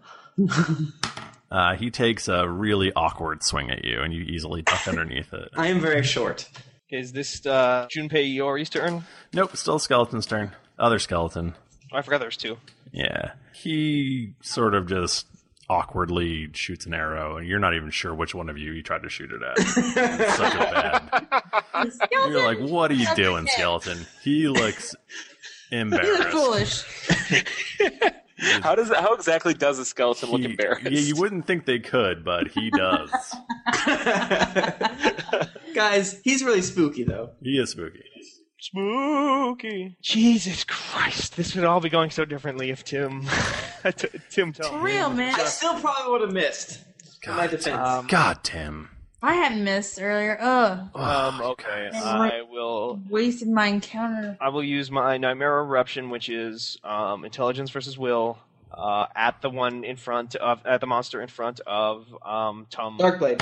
S1: Uh, he takes a really awkward swing at you, and you easily duck underneath it.
S12: I am very short.
S8: Is this uh, Junpei Iori's turn?
S1: Nope, still skeleton's turn. Other skeleton.
S8: Oh, I forgot there's two.
S1: Yeah. He sort of just awkwardly shoots an arrow, and you're not even sure which one of you he tried to shoot it at. It's such a bad. You're like, what are you doing, skeleton? He looks embarrassed.
S4: foolish.
S5: how does how exactly does a skeleton look embarrassed?
S1: Yeah, you wouldn't think they could, but he does.
S12: Guys, he's really spooky though.
S1: He is spooky.
S8: Spooky. Jesus Christ! This would all be going so differently if Tim, T- Tim, Tom.
S4: Real man.
S12: I still probably would have missed. in my defense.
S1: God, Tim.
S4: I hadn't missed earlier. Ugh.
S8: Um, okay, I will.
S4: Wasted my encounter.
S8: I will use my Nightmare Eruption, which is um, intelligence versus will, uh, at the one in front of at the monster in front of um, Tom.
S12: Darkblade.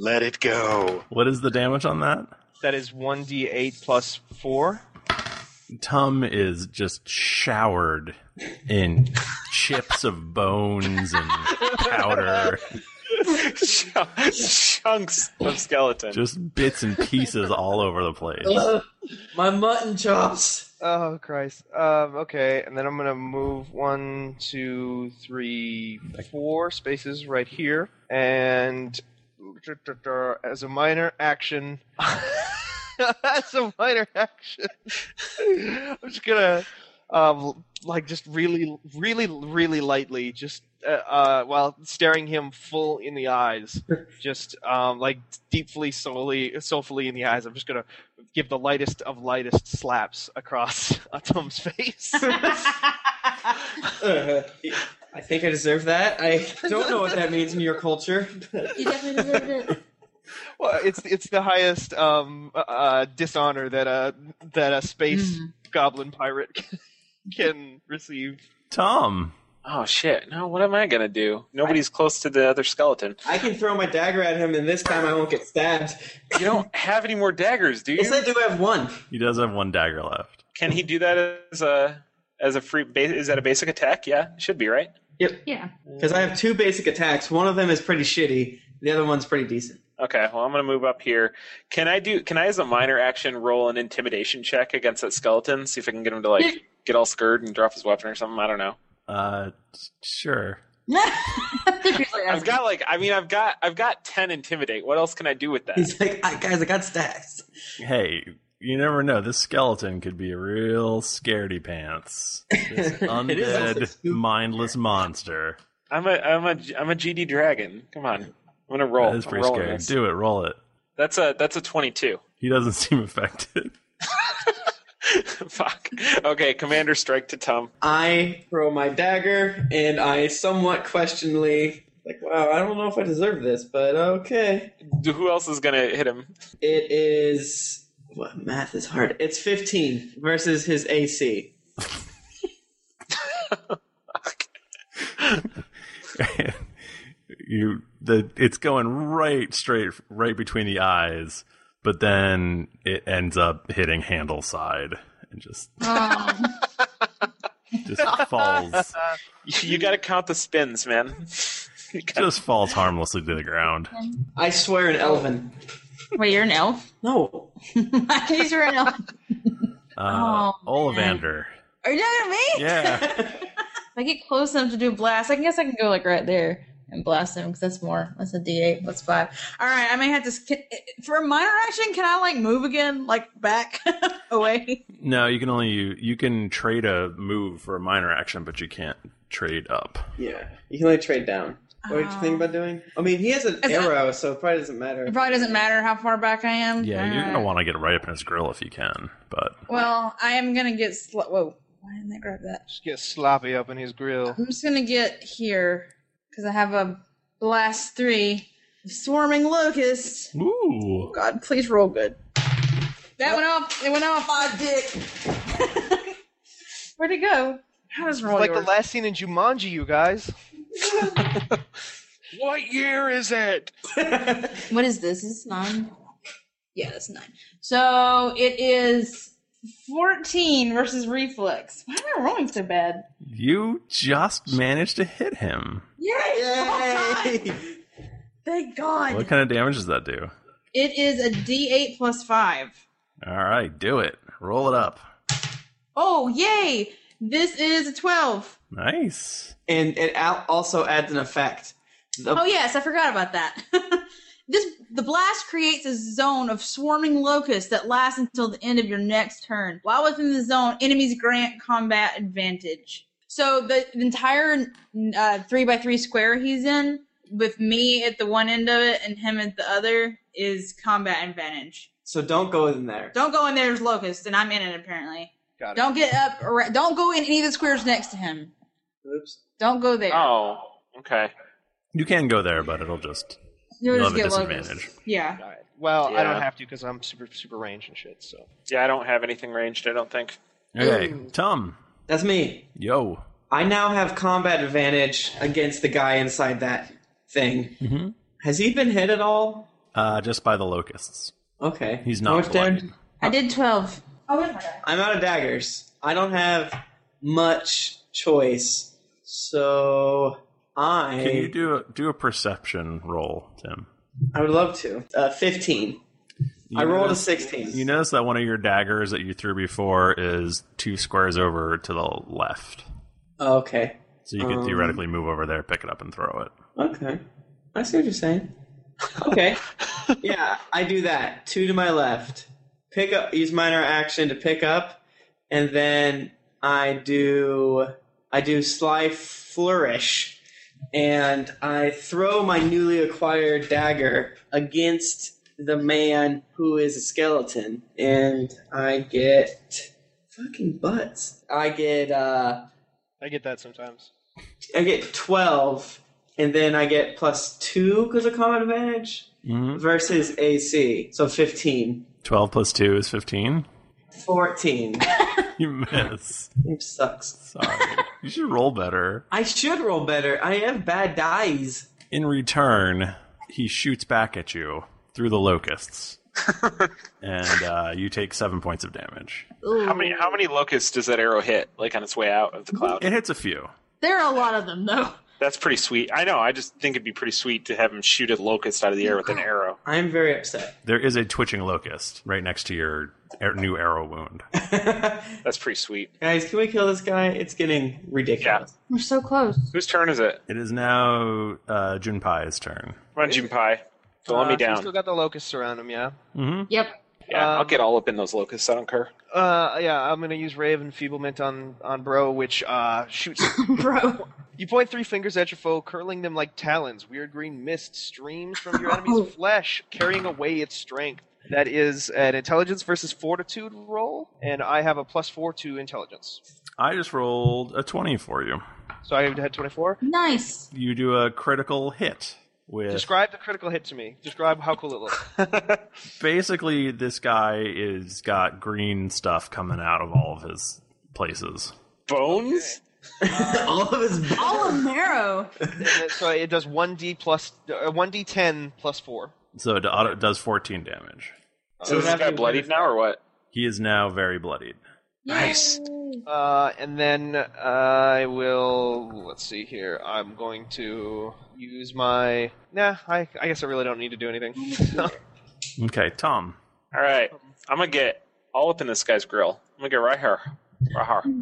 S1: Let it go. What is the damage on that?
S8: That is one d8 plus four.
S1: Tum is just showered in chips of bones and powder,
S5: Chunks of skeleton.
S1: just bits and pieces all over the place.
S12: my mutton chops.
S8: Oh Christ. Um, okay, and then I'm gonna move one, two, three, four spaces right here, and as a minor action, as a minor action, I'm just gonna um, like just really, really, really lightly, just uh, uh, while staring him full in the eyes, just um, like deeply, solely, soulfully in the eyes. I'm just gonna give the lightest of lightest slaps across Atom's face.
S12: Uh, I think I deserve that. I don't know what that means in your culture.
S4: You definitely deserved it.
S8: well, it's it's the highest um, uh, uh, dishonor that a
S4: Mm-hmm.
S8: that a space goblin pirate can receive.
S1: Tom,
S5: Oh shit! No, what am I gonna do? Nobody's close to the other skeleton.
S12: I can throw my dagger at him, and this time I won't get stabbed.
S5: You don't have any more daggers, do you?
S12: Yes, I do have one.
S1: He does have one dagger left.
S5: Can he do that as a as a free? Ba- is that a basic attack? Yeah, it should be right.
S12: Yep.
S4: Yeah.
S12: Because I have two basic attacks. One of them is pretty shitty. The other one's pretty decent.
S5: Okay, well I'm gonna move up here. Can I do? Can I, as a minor action, roll an intimidation check against that skeleton? See if I can get him to like get all scared and drop his weapon or something. I don't know.
S1: Uh, sure.
S5: I've got like I mean I've got I've got ten intimidate. What else can I do with that?
S12: He's like, I, guys, I got stacks.
S1: Hey, you never know. This skeleton could be a real scaredy pants. This undead, mindless monster.
S5: I'm a I'm a I'm a GD dragon. Come on, I'm gonna roll.
S1: That is
S5: I'm
S1: pretty
S5: rolling
S1: scary.
S5: this.
S1: Do it. Roll it.
S5: That's a that's a twenty two.
S1: He doesn't seem affected.
S5: Fuck. Okay, commander strike to Tom.
S12: I throw my dagger, and I somewhat questioningly, like, wow, I don't know if I deserve this, but okay.
S5: Who else is gonna hit him?
S12: It is what math is hard. It's fifteen versus his AC.
S1: you the it's going right straight right between the eyes, but then it ends up hitting handle side and just just falls
S5: You got to count the spins, man.
S1: just falls harmlessly to the ground.
S12: I swear, an elven.
S4: Wait, you're an elf?
S12: No.
S4: He's an elf.
S1: Uh, Ollivander.
S4: Are you talking to me?
S1: Yeah.
S4: If I get close enough to do blast, I guess I can go like right there and blast him because that's more. That's a D8. That's five. All right, I may have to can, for a minor action. Can I like move again, like back away?
S1: No, you can only you, you can trade a move for a minor action, but you can't trade up.
S12: Yeah, you can only trade down. What did you
S4: Oh.
S12: think about doing? I mean, he has an arrow, so it probably doesn't matter.
S4: It probably doesn't matter how far back I am.
S1: Yeah,
S4: All
S1: you're
S4: right.
S1: gonna want to get right up in his grill if you can, but
S4: Well, I am gonna get. Sl- Whoa! Why didn't I grab that?
S8: Just get sloppy up in his grill.
S4: I'm just gonna get here because I have a blast three swarming locust.
S1: Ooh.
S4: God, please roll good. That went off. It went off. My dick. Where'd it go? How does roll
S8: like
S4: yours?
S8: the last scene in Jumanji, you guys.
S5: what year is it?
S4: what is this? Is this nine? Yeah, that's nine. So it is fourteen versus reflex. Why am I rolling so bad?
S1: you just managed to hit him.
S4: Yay! Thank God.
S1: What kind of damage does that do?
S4: It is a D eight plus five.
S1: All right, do it. Roll it up.
S4: Oh yay! This is a twelve.
S1: Nice.
S12: And it al- also adds an effect. The-
S4: Oh yes, I forgot about that. this the blast creates a zone of swarming locusts that lasts until the end of your next turn. While within the zone, enemies grant combat advantage. So the, the entire uh, three by three square he's in, with me at the one end of it and him at the other, is combat advantage.
S12: So don't go in there.
S4: Don't go in there. There's locusts, and I'm in it apparently. Don't get up. Or, don't go in any of the squares next to him.
S12: Oops.
S4: Don't go there.
S5: Oh, okay.
S1: You can go there, but it'll just
S4: You'll
S1: you'll
S4: just
S1: have a
S4: get locust.
S1: disadvantage.
S4: Yeah.
S8: Well, I
S5: Yeah.
S8: don't have to because I'm super super range and shit. So
S5: Yeah, I don't have anything ranged. I don't think.
S1: Okay, Tom.
S12: Um, That's me.
S1: Yo.
S12: I now have combat advantage against the guy inside that thing.
S1: Mhm.
S12: Has he been hit at all?
S1: Uh, just by the locusts.
S12: Okay.
S1: He's
S12: How
S1: not
S12: much damage-
S1: bloodied.
S4: I did twelve. Oh,
S12: I'm out of daggers. I don't have much choice. So I
S1: Can you do a, do a perception roll, Tim?
S12: I would love to. Uh, 15. I
S1: You
S12: rolled a
S1: notice-
S12: 16.
S1: You notice that one of your daggers that you threw before is two squares over to the left.
S12: Oh, Okay.
S1: So you could
S12: Um,
S1: theoretically move over there, pick it up, and throw it.
S12: Okay. I see what you're saying. Okay. yeah, I do that. Two to my left. Pick up. Use minor action to pick up, and then I do. I do sly flourish, and I throw my newly acquired dagger against the man who is a skeleton, and I get fucking butts. I get uh,
S8: I get that sometimes.
S12: I get twelve, and then I get plus two because of combat advantage
S1: Mhm.
S12: versus AC. So 15.
S1: 12 plus 2 is 15.
S12: 14.
S1: You miss.
S12: It sucks.
S1: Sorry. You should roll better.
S12: I should roll better. I have bad dice.
S1: In return, he shoots back at you through the locusts, and uh, you take seven points of damage.
S5: How many how many locusts does that arrow hit? Like on its way out of the cloud?
S1: It hits a few.
S4: There are a lot of them, though.
S5: That's pretty sweet. I know. I just think it'd be pretty sweet to have him shoot a locust out of the air with an arrow.
S12: I'm very upset.
S1: There is a twitching locust right next to your ar- new arrow wound.
S5: That's pretty sweet.
S12: Guys, can we kill this guy? It's getting ridiculous.
S4: We're so close.
S5: Whose turn is it?
S1: It is now uh, Junpai's turn.
S5: Come on, Junpai. Don't
S8: Uh,
S5: let me
S8: so he's
S5: down.
S8: Still got the locusts around him. Yeah. Um,
S1: Mm-hmm.
S4: Yep.
S5: Yeah, I'll get all up in those locusts. I don't care.
S8: Uh, yeah, I'm gonna use Ray of Enfeeblement on on Bro, which uh shoots
S4: Bro.
S8: You point three fingers at your foe, curling them like talons. Weird green mist streams from your
S12: Oh.
S8: enemy's flesh, carrying away its strength. That is an intelligence versus fortitude roll, and I have a plus four to intelligence.
S1: I just rolled a 20 for you.
S8: So I had 24.
S4: Nice.
S1: You do a critical hit with.
S8: Describe the critical hit to me. Describe how cool it looks.
S1: basically, this guy is got green stuff coming out of all of his places.
S5: Bones?
S12: all of his
S4: all of marrow.
S8: so it does one d plus uh, one d ten plus four.
S1: So it auto- it does 14 damage.
S8: So is this guy bloodied
S5: now or what?
S1: He is now very bloodied.
S8: Nice. Uh, and then I will. Let's see here. I'm going to use my. Nah, I, I guess I really don't need to do anything.
S1: Okay, Tom.
S5: All right, I'm gonna get all up in this guy's grill. I'm gonna get right here, right here,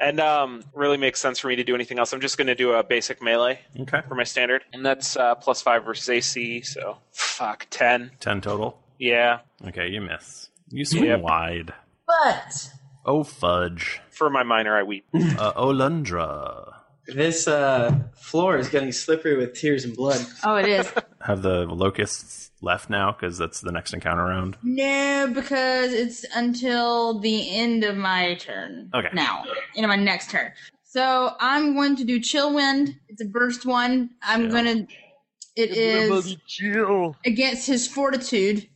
S5: and um, really makes sense for me to do anything else. I'm just gonna do a basic melee
S1: okay.
S5: for my standard, and that's uh, plus five versus AC. So fuck ten.
S1: 10 total.
S5: Yeah.
S1: Okay, you miss. You swing
S5: Yep.
S1: wide.
S4: But
S1: Oh, fudge.
S5: For my minor, I weep.
S1: uh, Olundra.
S12: This uh, floor is getting slippery with tears and blood.
S4: Oh, it is.
S1: Have the locusts left now because that's the next encounter round.
S4: no, because it's until the end of my turn.
S1: Okay.
S4: Now, end of my next turn. So I'm going to do chill wind. It's a burst one. I'm gonna. It is against his fortitude,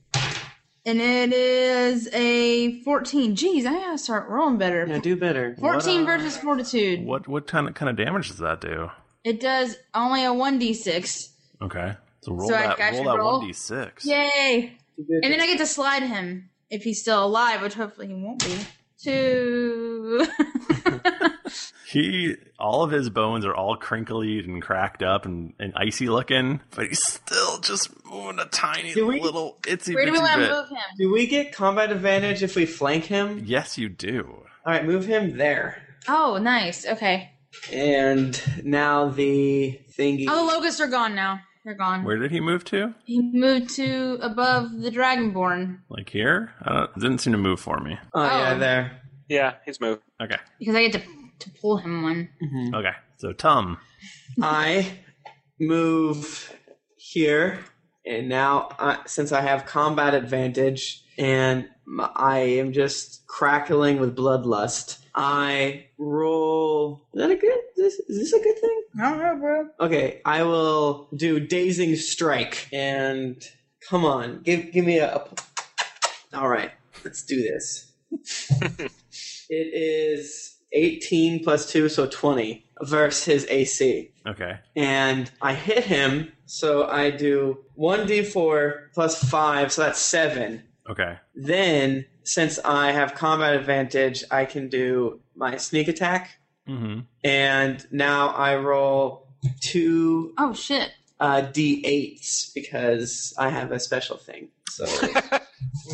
S4: and it is a 14. Jeez, I gotta start rolling better.
S12: Yeah, do better. uh,
S4: 14 versus fortitude.
S1: What what kind of kind of damage does that do?
S4: It does only a 1d6.
S1: Okay, so roll
S4: So I
S1: that
S4: got
S1: roll
S4: you
S1: that
S4: roll?
S1: one d six.
S4: Yay! And then I get to slide him if he's still alive, which hopefully he won't be. Two.
S1: He all of his bones are all crinkly and cracked up and, and icy looking, but he's still just moving a tiny
S12: Do we-
S1: little itsy
S12: Where do we
S1: bitsy
S12: wanna
S1: bit.
S12: move
S4: him?
S12: Do we get combat advantage if we flank him?
S1: Yes, you do.
S12: All right, move him there.
S4: oh, nice. Okay.
S12: And now the thingy.
S4: All Oh, the locusts are gone now. They're gone.
S1: Where did he move to?
S4: He moved to above the dragonborn
S1: Like here? I don't, didn't seem to move for me.
S12: Oh, yeah, there.
S5: Yeah, he's moved.
S1: Okay.
S4: because I get to to pull him one.
S1: Okay. So Tom.
S12: I move here, and now I, since I have combat advantage and m I I am just crackling with bloodlust, I roll. Is that a good? This is this a good thing? I don't know, bro. Okay, I will do dazing strike, and come on, give give me a. a all right, let's do this. it is eighteen plus two, so twenty versus his AC
S1: Okay.
S12: and I hit him, so I do 1d4 plus 5, so that's 7.
S1: Okay.
S12: Then, since I have combat advantage, I can do my sneak attack,
S1: Mm-hmm.
S12: and now I roll 2
S4: Oh, shit.
S12: uh, d8s because I have a special thing. So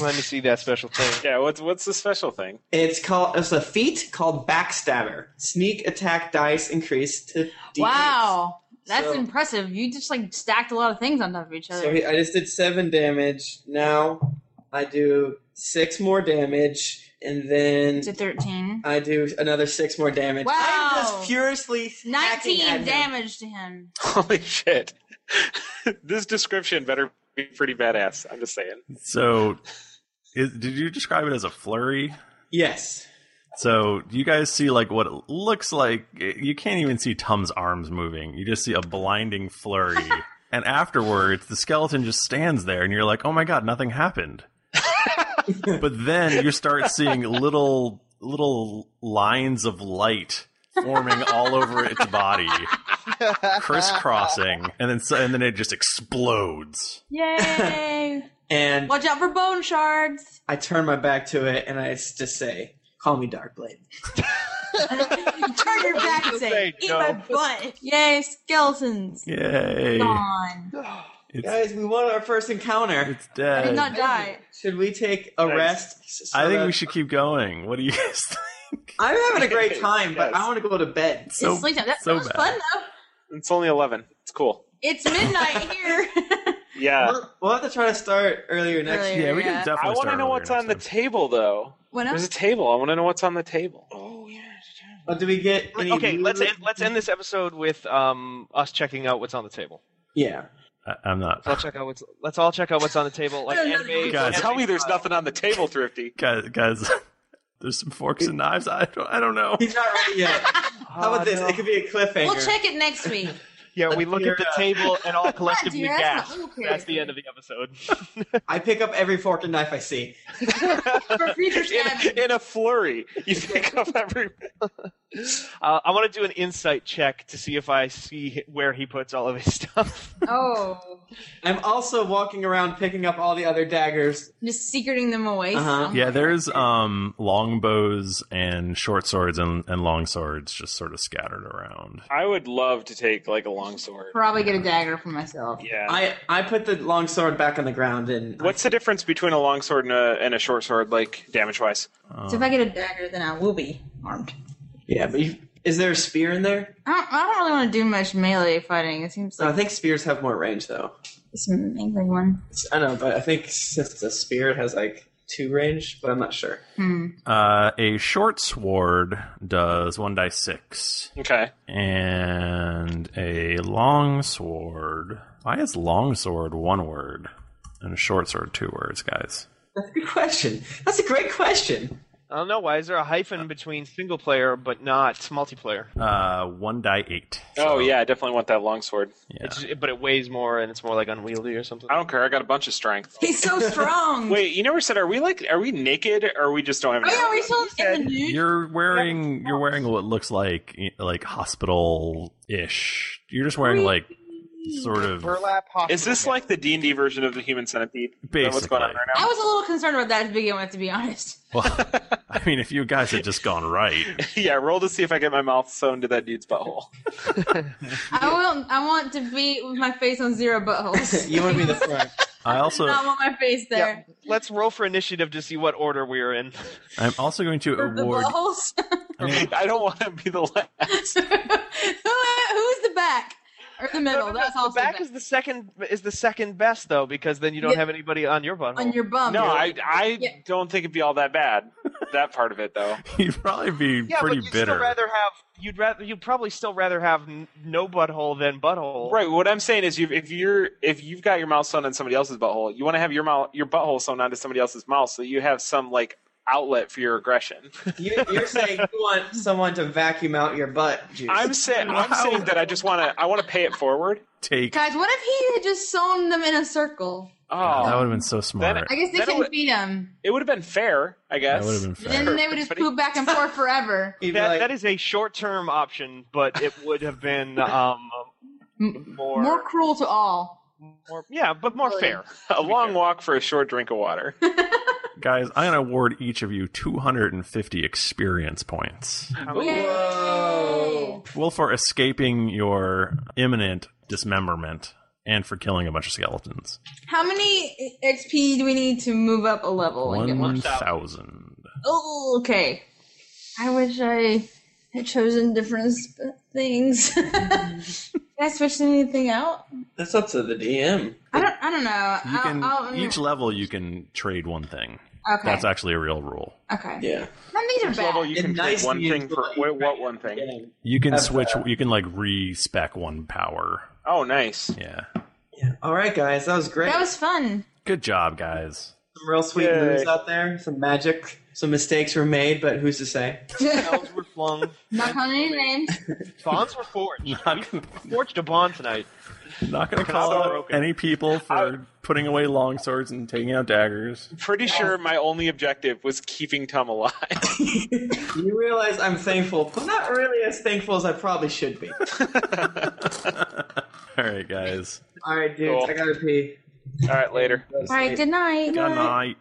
S8: Let me see that special thing.
S5: Yeah, what's what's the special thing?
S12: It's called it's a feat called Backstabber. Sneak attack dice increase to d8.
S4: Wow. That's
S12: So-
S4: impressive. You just like stacked a lot of things on top of each other.
S12: So he, I just did seven damage. Now I do six more damage, and then
S4: to 13.
S12: I do another six more damage.
S4: Wow.
S12: I'm just furiously
S4: 19
S12: hacking at him.
S4: damage to him.
S5: Holy shit! this description better be pretty badass. I'm just saying.
S1: So, is, did you describe it as a flurry?
S12: Yes.
S1: So you guys see like what it looks like. You can't even see Tom's arms moving. You just see a blinding flurry, and afterwards the skeleton just stands there, and you're like, "Oh my god, nothing happened." but then you start seeing little little lines of light forming all over its body, crisscrossing, and then so- and then it just explodes.
S4: Yay!
S12: And
S4: Watch out for bone shards.
S12: I turn my back to it and I s- just say, "Call me Darkblade."
S4: You turn your back and say, "Eat my butt!" Yay, skeletons!
S1: Yay.
S4: Gone.
S12: Guys, we won our first encounter. It's
S1: dead.
S4: I did not die.
S12: Should we take a
S1: uh, Nice.
S12: rest?
S1: I think
S12: that-
S1: we should keep going. What do you guys think?
S12: I'm having a great time, but I want to go to bed.
S4: It's So- sleep time. That- so that was bad. fun,
S12: though. It's only eleven. It's cool.
S4: It's midnight here.
S12: Yeah, we'll, we'll have to try to start earlier next
S4: Earlier,
S12: year.
S4: Yeah, we can yeah. definitely
S5: I want to
S4: start
S5: know
S4: earlier
S5: what's on the table, though.
S4: What
S5: There's a
S4: else?
S5: table. I want to know what's on the table.
S12: But do we get any
S8: okay, let's
S12: loot?
S8: end, let's end this episode with um, us checking out what's on the table.
S12: Yeah.
S1: I, I'm not.
S8: Let's all check out what's let's all check out what's on the table. Like anime,
S1: Guys,
S8: anime uh,
S1: me there's nothing
S5: on the table, Thrifty.
S1: Guys, guys, there's some forks and knives. I don't, I don't know.
S12: He's not ready yet.
S1: Uh,
S12: How about this? It could be a cliffhanger.
S4: We'll check it next week.
S8: Yeah, we look at the
S4: uh,
S8: table and all collectively
S4: dear, that's
S8: gasp.
S4: not okay.
S8: That's the end of the episode.
S12: I pick up every fork and knife I see.
S8: in, in a flurry, you pick up every. uh, I want to do an insight check to see if I see where he puts all of his stuff.
S4: Oh,
S12: I'm also walking around picking up all the other daggers.
S4: just secreting them away.
S12: Uh-huh.
S4: somewhere.
S1: Uh-huh. Yeah, there's um longbows and short swords and, and long swords just sort of scattered around.
S5: I would love to take like a long sword.
S4: Probably get a dagger for myself.
S5: Yeah.
S12: I I put the long sword back on the ground and
S5: What's the difference between a long sword and a, and a short sword, like damage wise?
S4: So if I get a dagger, then I will be armed.
S12: Um, yeah. But you, is there a spear in there?
S4: I don't, I don't really want to do much melee fighting. It seems
S12: No, I
S4: like
S12: think spears have more range though.
S4: it's an angry one.
S12: It's- I know, but I think since it's a spear, it has like two range, but I'm not sure.
S4: Hmm.
S1: Uh, a short sword does one die six.
S5: Okay.
S1: And a long sword. Why is long sword one word and a short sword two words, guys?
S12: That's a good question. That's a great question.
S8: I don't know why. Is there a hyphen between single player but not multiplayer?
S1: Uh, one die eight.
S5: Oh yeah, I definitely want that long sword.
S8: It's just- but it weighs more and it's more like unwieldy or something.
S5: I don't care. I got a bunch of strength.
S4: He's so strong.
S5: Wait, you never said are we like are we naked or we just don't have?
S4: Oh yeah, we still in the nude.
S1: You're wearing you're wearing what looks like eh, like hospital ish. You're just wearing like sort of
S8: Burlap Is this like the D and D version of the Human Centipede? Is that What's going on right
S4: I
S5: now?
S4: was a little concerned about that to begin with, to be honest.
S1: I mean, if you guys had just gone right,
S5: yeah. Roll to see if I get my mouth sewn to that dude's butthole.
S4: I want I want to be with my face on zero buttholes.
S12: you want me to front?
S1: I also
S4: I want my face there.
S8: Let's roll for initiative to see what order we are in.
S1: I'm also going to uh,
S4: The
S1: award.
S4: buttholes.
S8: I don't want to be the last.
S4: Who who's the back or the middle? That's also
S8: back, is the second is the second best though because then you don't
S4: Yeah.
S8: have anybody on your butthole.
S4: on your bum.
S5: No, I I don't think it'd be all that bad. That part of it though.
S1: You'd probably be
S8: yeah,
S1: pretty
S8: but you'd
S1: bitter.
S8: still rather have you'd rather you'd probably still rather have n- no butthole than butthole.
S5: Right. What I'm saying is, you if you're if you've got your mouth sewn on somebody else's butthole, you want to have your mouth your butthole sewn onto somebody else's mouth, so you have some like outlet for your aggression.
S12: You, you're saying you want someone to vacuum out your butt juice.
S5: I'm saying I'm saying that I just want to I want to pay it forward.
S1: Take.
S4: Guys, what if he had just sewn them in a circle?
S5: Oh,
S1: that would have been so smart.
S4: I guess they
S5: Then it
S4: couldn't
S5: would-
S4: feed him.
S5: It would have been fair, I
S1: that
S5: guess.
S1: would have been fair.
S4: Then they would just poop back and forth forever.
S8: That, that is a short term option, but it would have been um more,
S4: More cruel to all.
S8: more yeah, but more fair.
S5: A long walk for a short drink of water.
S1: Guys, I'm going to award each of you 250 experience points.
S4: Whoa.
S1: Well, for escaping your imminent dismemberment and for killing a bunch of skeletons.
S4: How many XP do we need to move up a level? and Oh, get
S1: 1,000.
S4: Oh, okay. I wish I had chosen different sp- things. Can I switch anything out?
S12: That's up to the DM.
S4: I don't. I don't know.
S1: You can,
S4: I'll, mm. I'll,
S1: each level, you can trade one thing.
S4: Okay.
S1: That's actually a real rule.
S4: okay.
S12: Yeah.
S4: None of these are
S5: Each
S4: bad.
S5: level you can
S12: nice
S5: trade one
S12: means
S5: thing for wait, what one thing?
S1: You can
S12: That's
S1: switch, you can like re spec one power.
S5: uh, Oh, nice.
S1: Yeah.
S12: All right, guys, that was great.
S4: That was fun.
S1: Good job, guys.
S12: Some real sweet
S1: Yay.
S12: moves out there. Some magic. Some mistakes were made, but who's to say?
S8: We're flung.
S4: Not calling any names.
S8: Bonds were forged. We forged a bond tonight.
S13: Not going to call
S8: Another
S13: out any people for putting away long swords and taking out daggers.
S5: Pretty sure my only objective was keeping Tom alive.
S12: You realize I'm thankful, but not really as thankful as I probably should be.
S13: All right, guys.
S12: All right, dudes, I gotta pee.
S5: All right, later.
S4: All right, good night.
S13: Good night.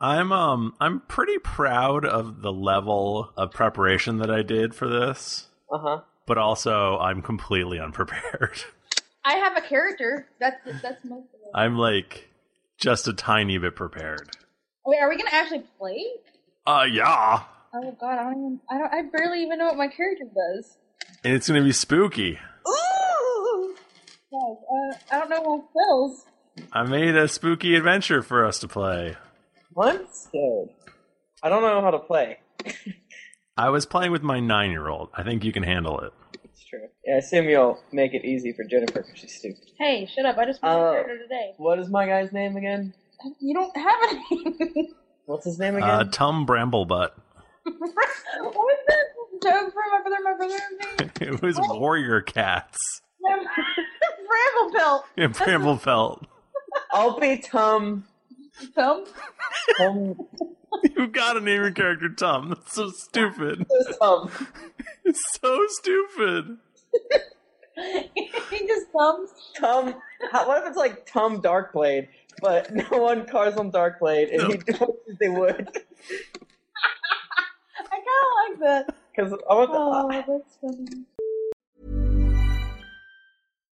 S13: I'm um I'm pretty proud of the level of preparation that I did for this,
S12: Uh
S1: Uh-huh.
S12: huh.
S13: but also I'm completely unprepared.
S4: I have a character. That's that's most of it.
S13: I'm like just a tiny bit prepared.
S4: Wait, are we gonna actually play?
S13: Uh yeah.
S4: Oh god, I don't even. I don't. I barely even know what my character does.
S13: And it's going to be spooky.
S4: Ooh. Guys, uh, I don't know what spells.
S13: I made a spooky adventure for us to play.
S12: I'm scared. I don't know how to play.
S13: I was playing with my 9-year-old. I think you can handle it.
S12: It's true. Yeah, Samuel, make it easy for Jennifer because she's stupid.
S4: Hey, shut up! I just made
S12: Uh,
S4: a character today.
S12: What is my guy's name again?
S4: You don't have a name.
S12: What's his name again?
S13: Uh Tom Bramblebutt.
S4: what was that joke from my brother? My brother and me.
S13: it was Warrior Cats.
S4: Bramble belt.
S13: in Bramblefelt.
S12: I'll be Tom.
S4: Tom.
S12: Tom.
S13: You gotta name your character Tom. That's so stupid.
S12: Tom.
S13: It's so stupid.
S4: he just comes.
S12: Tom. How, what if it's like Tom Darkblade, but no one cars on Darkblade, and he wishes they would?
S4: I kind of like that.
S12: Because I want to.
S4: Oh, that's funny.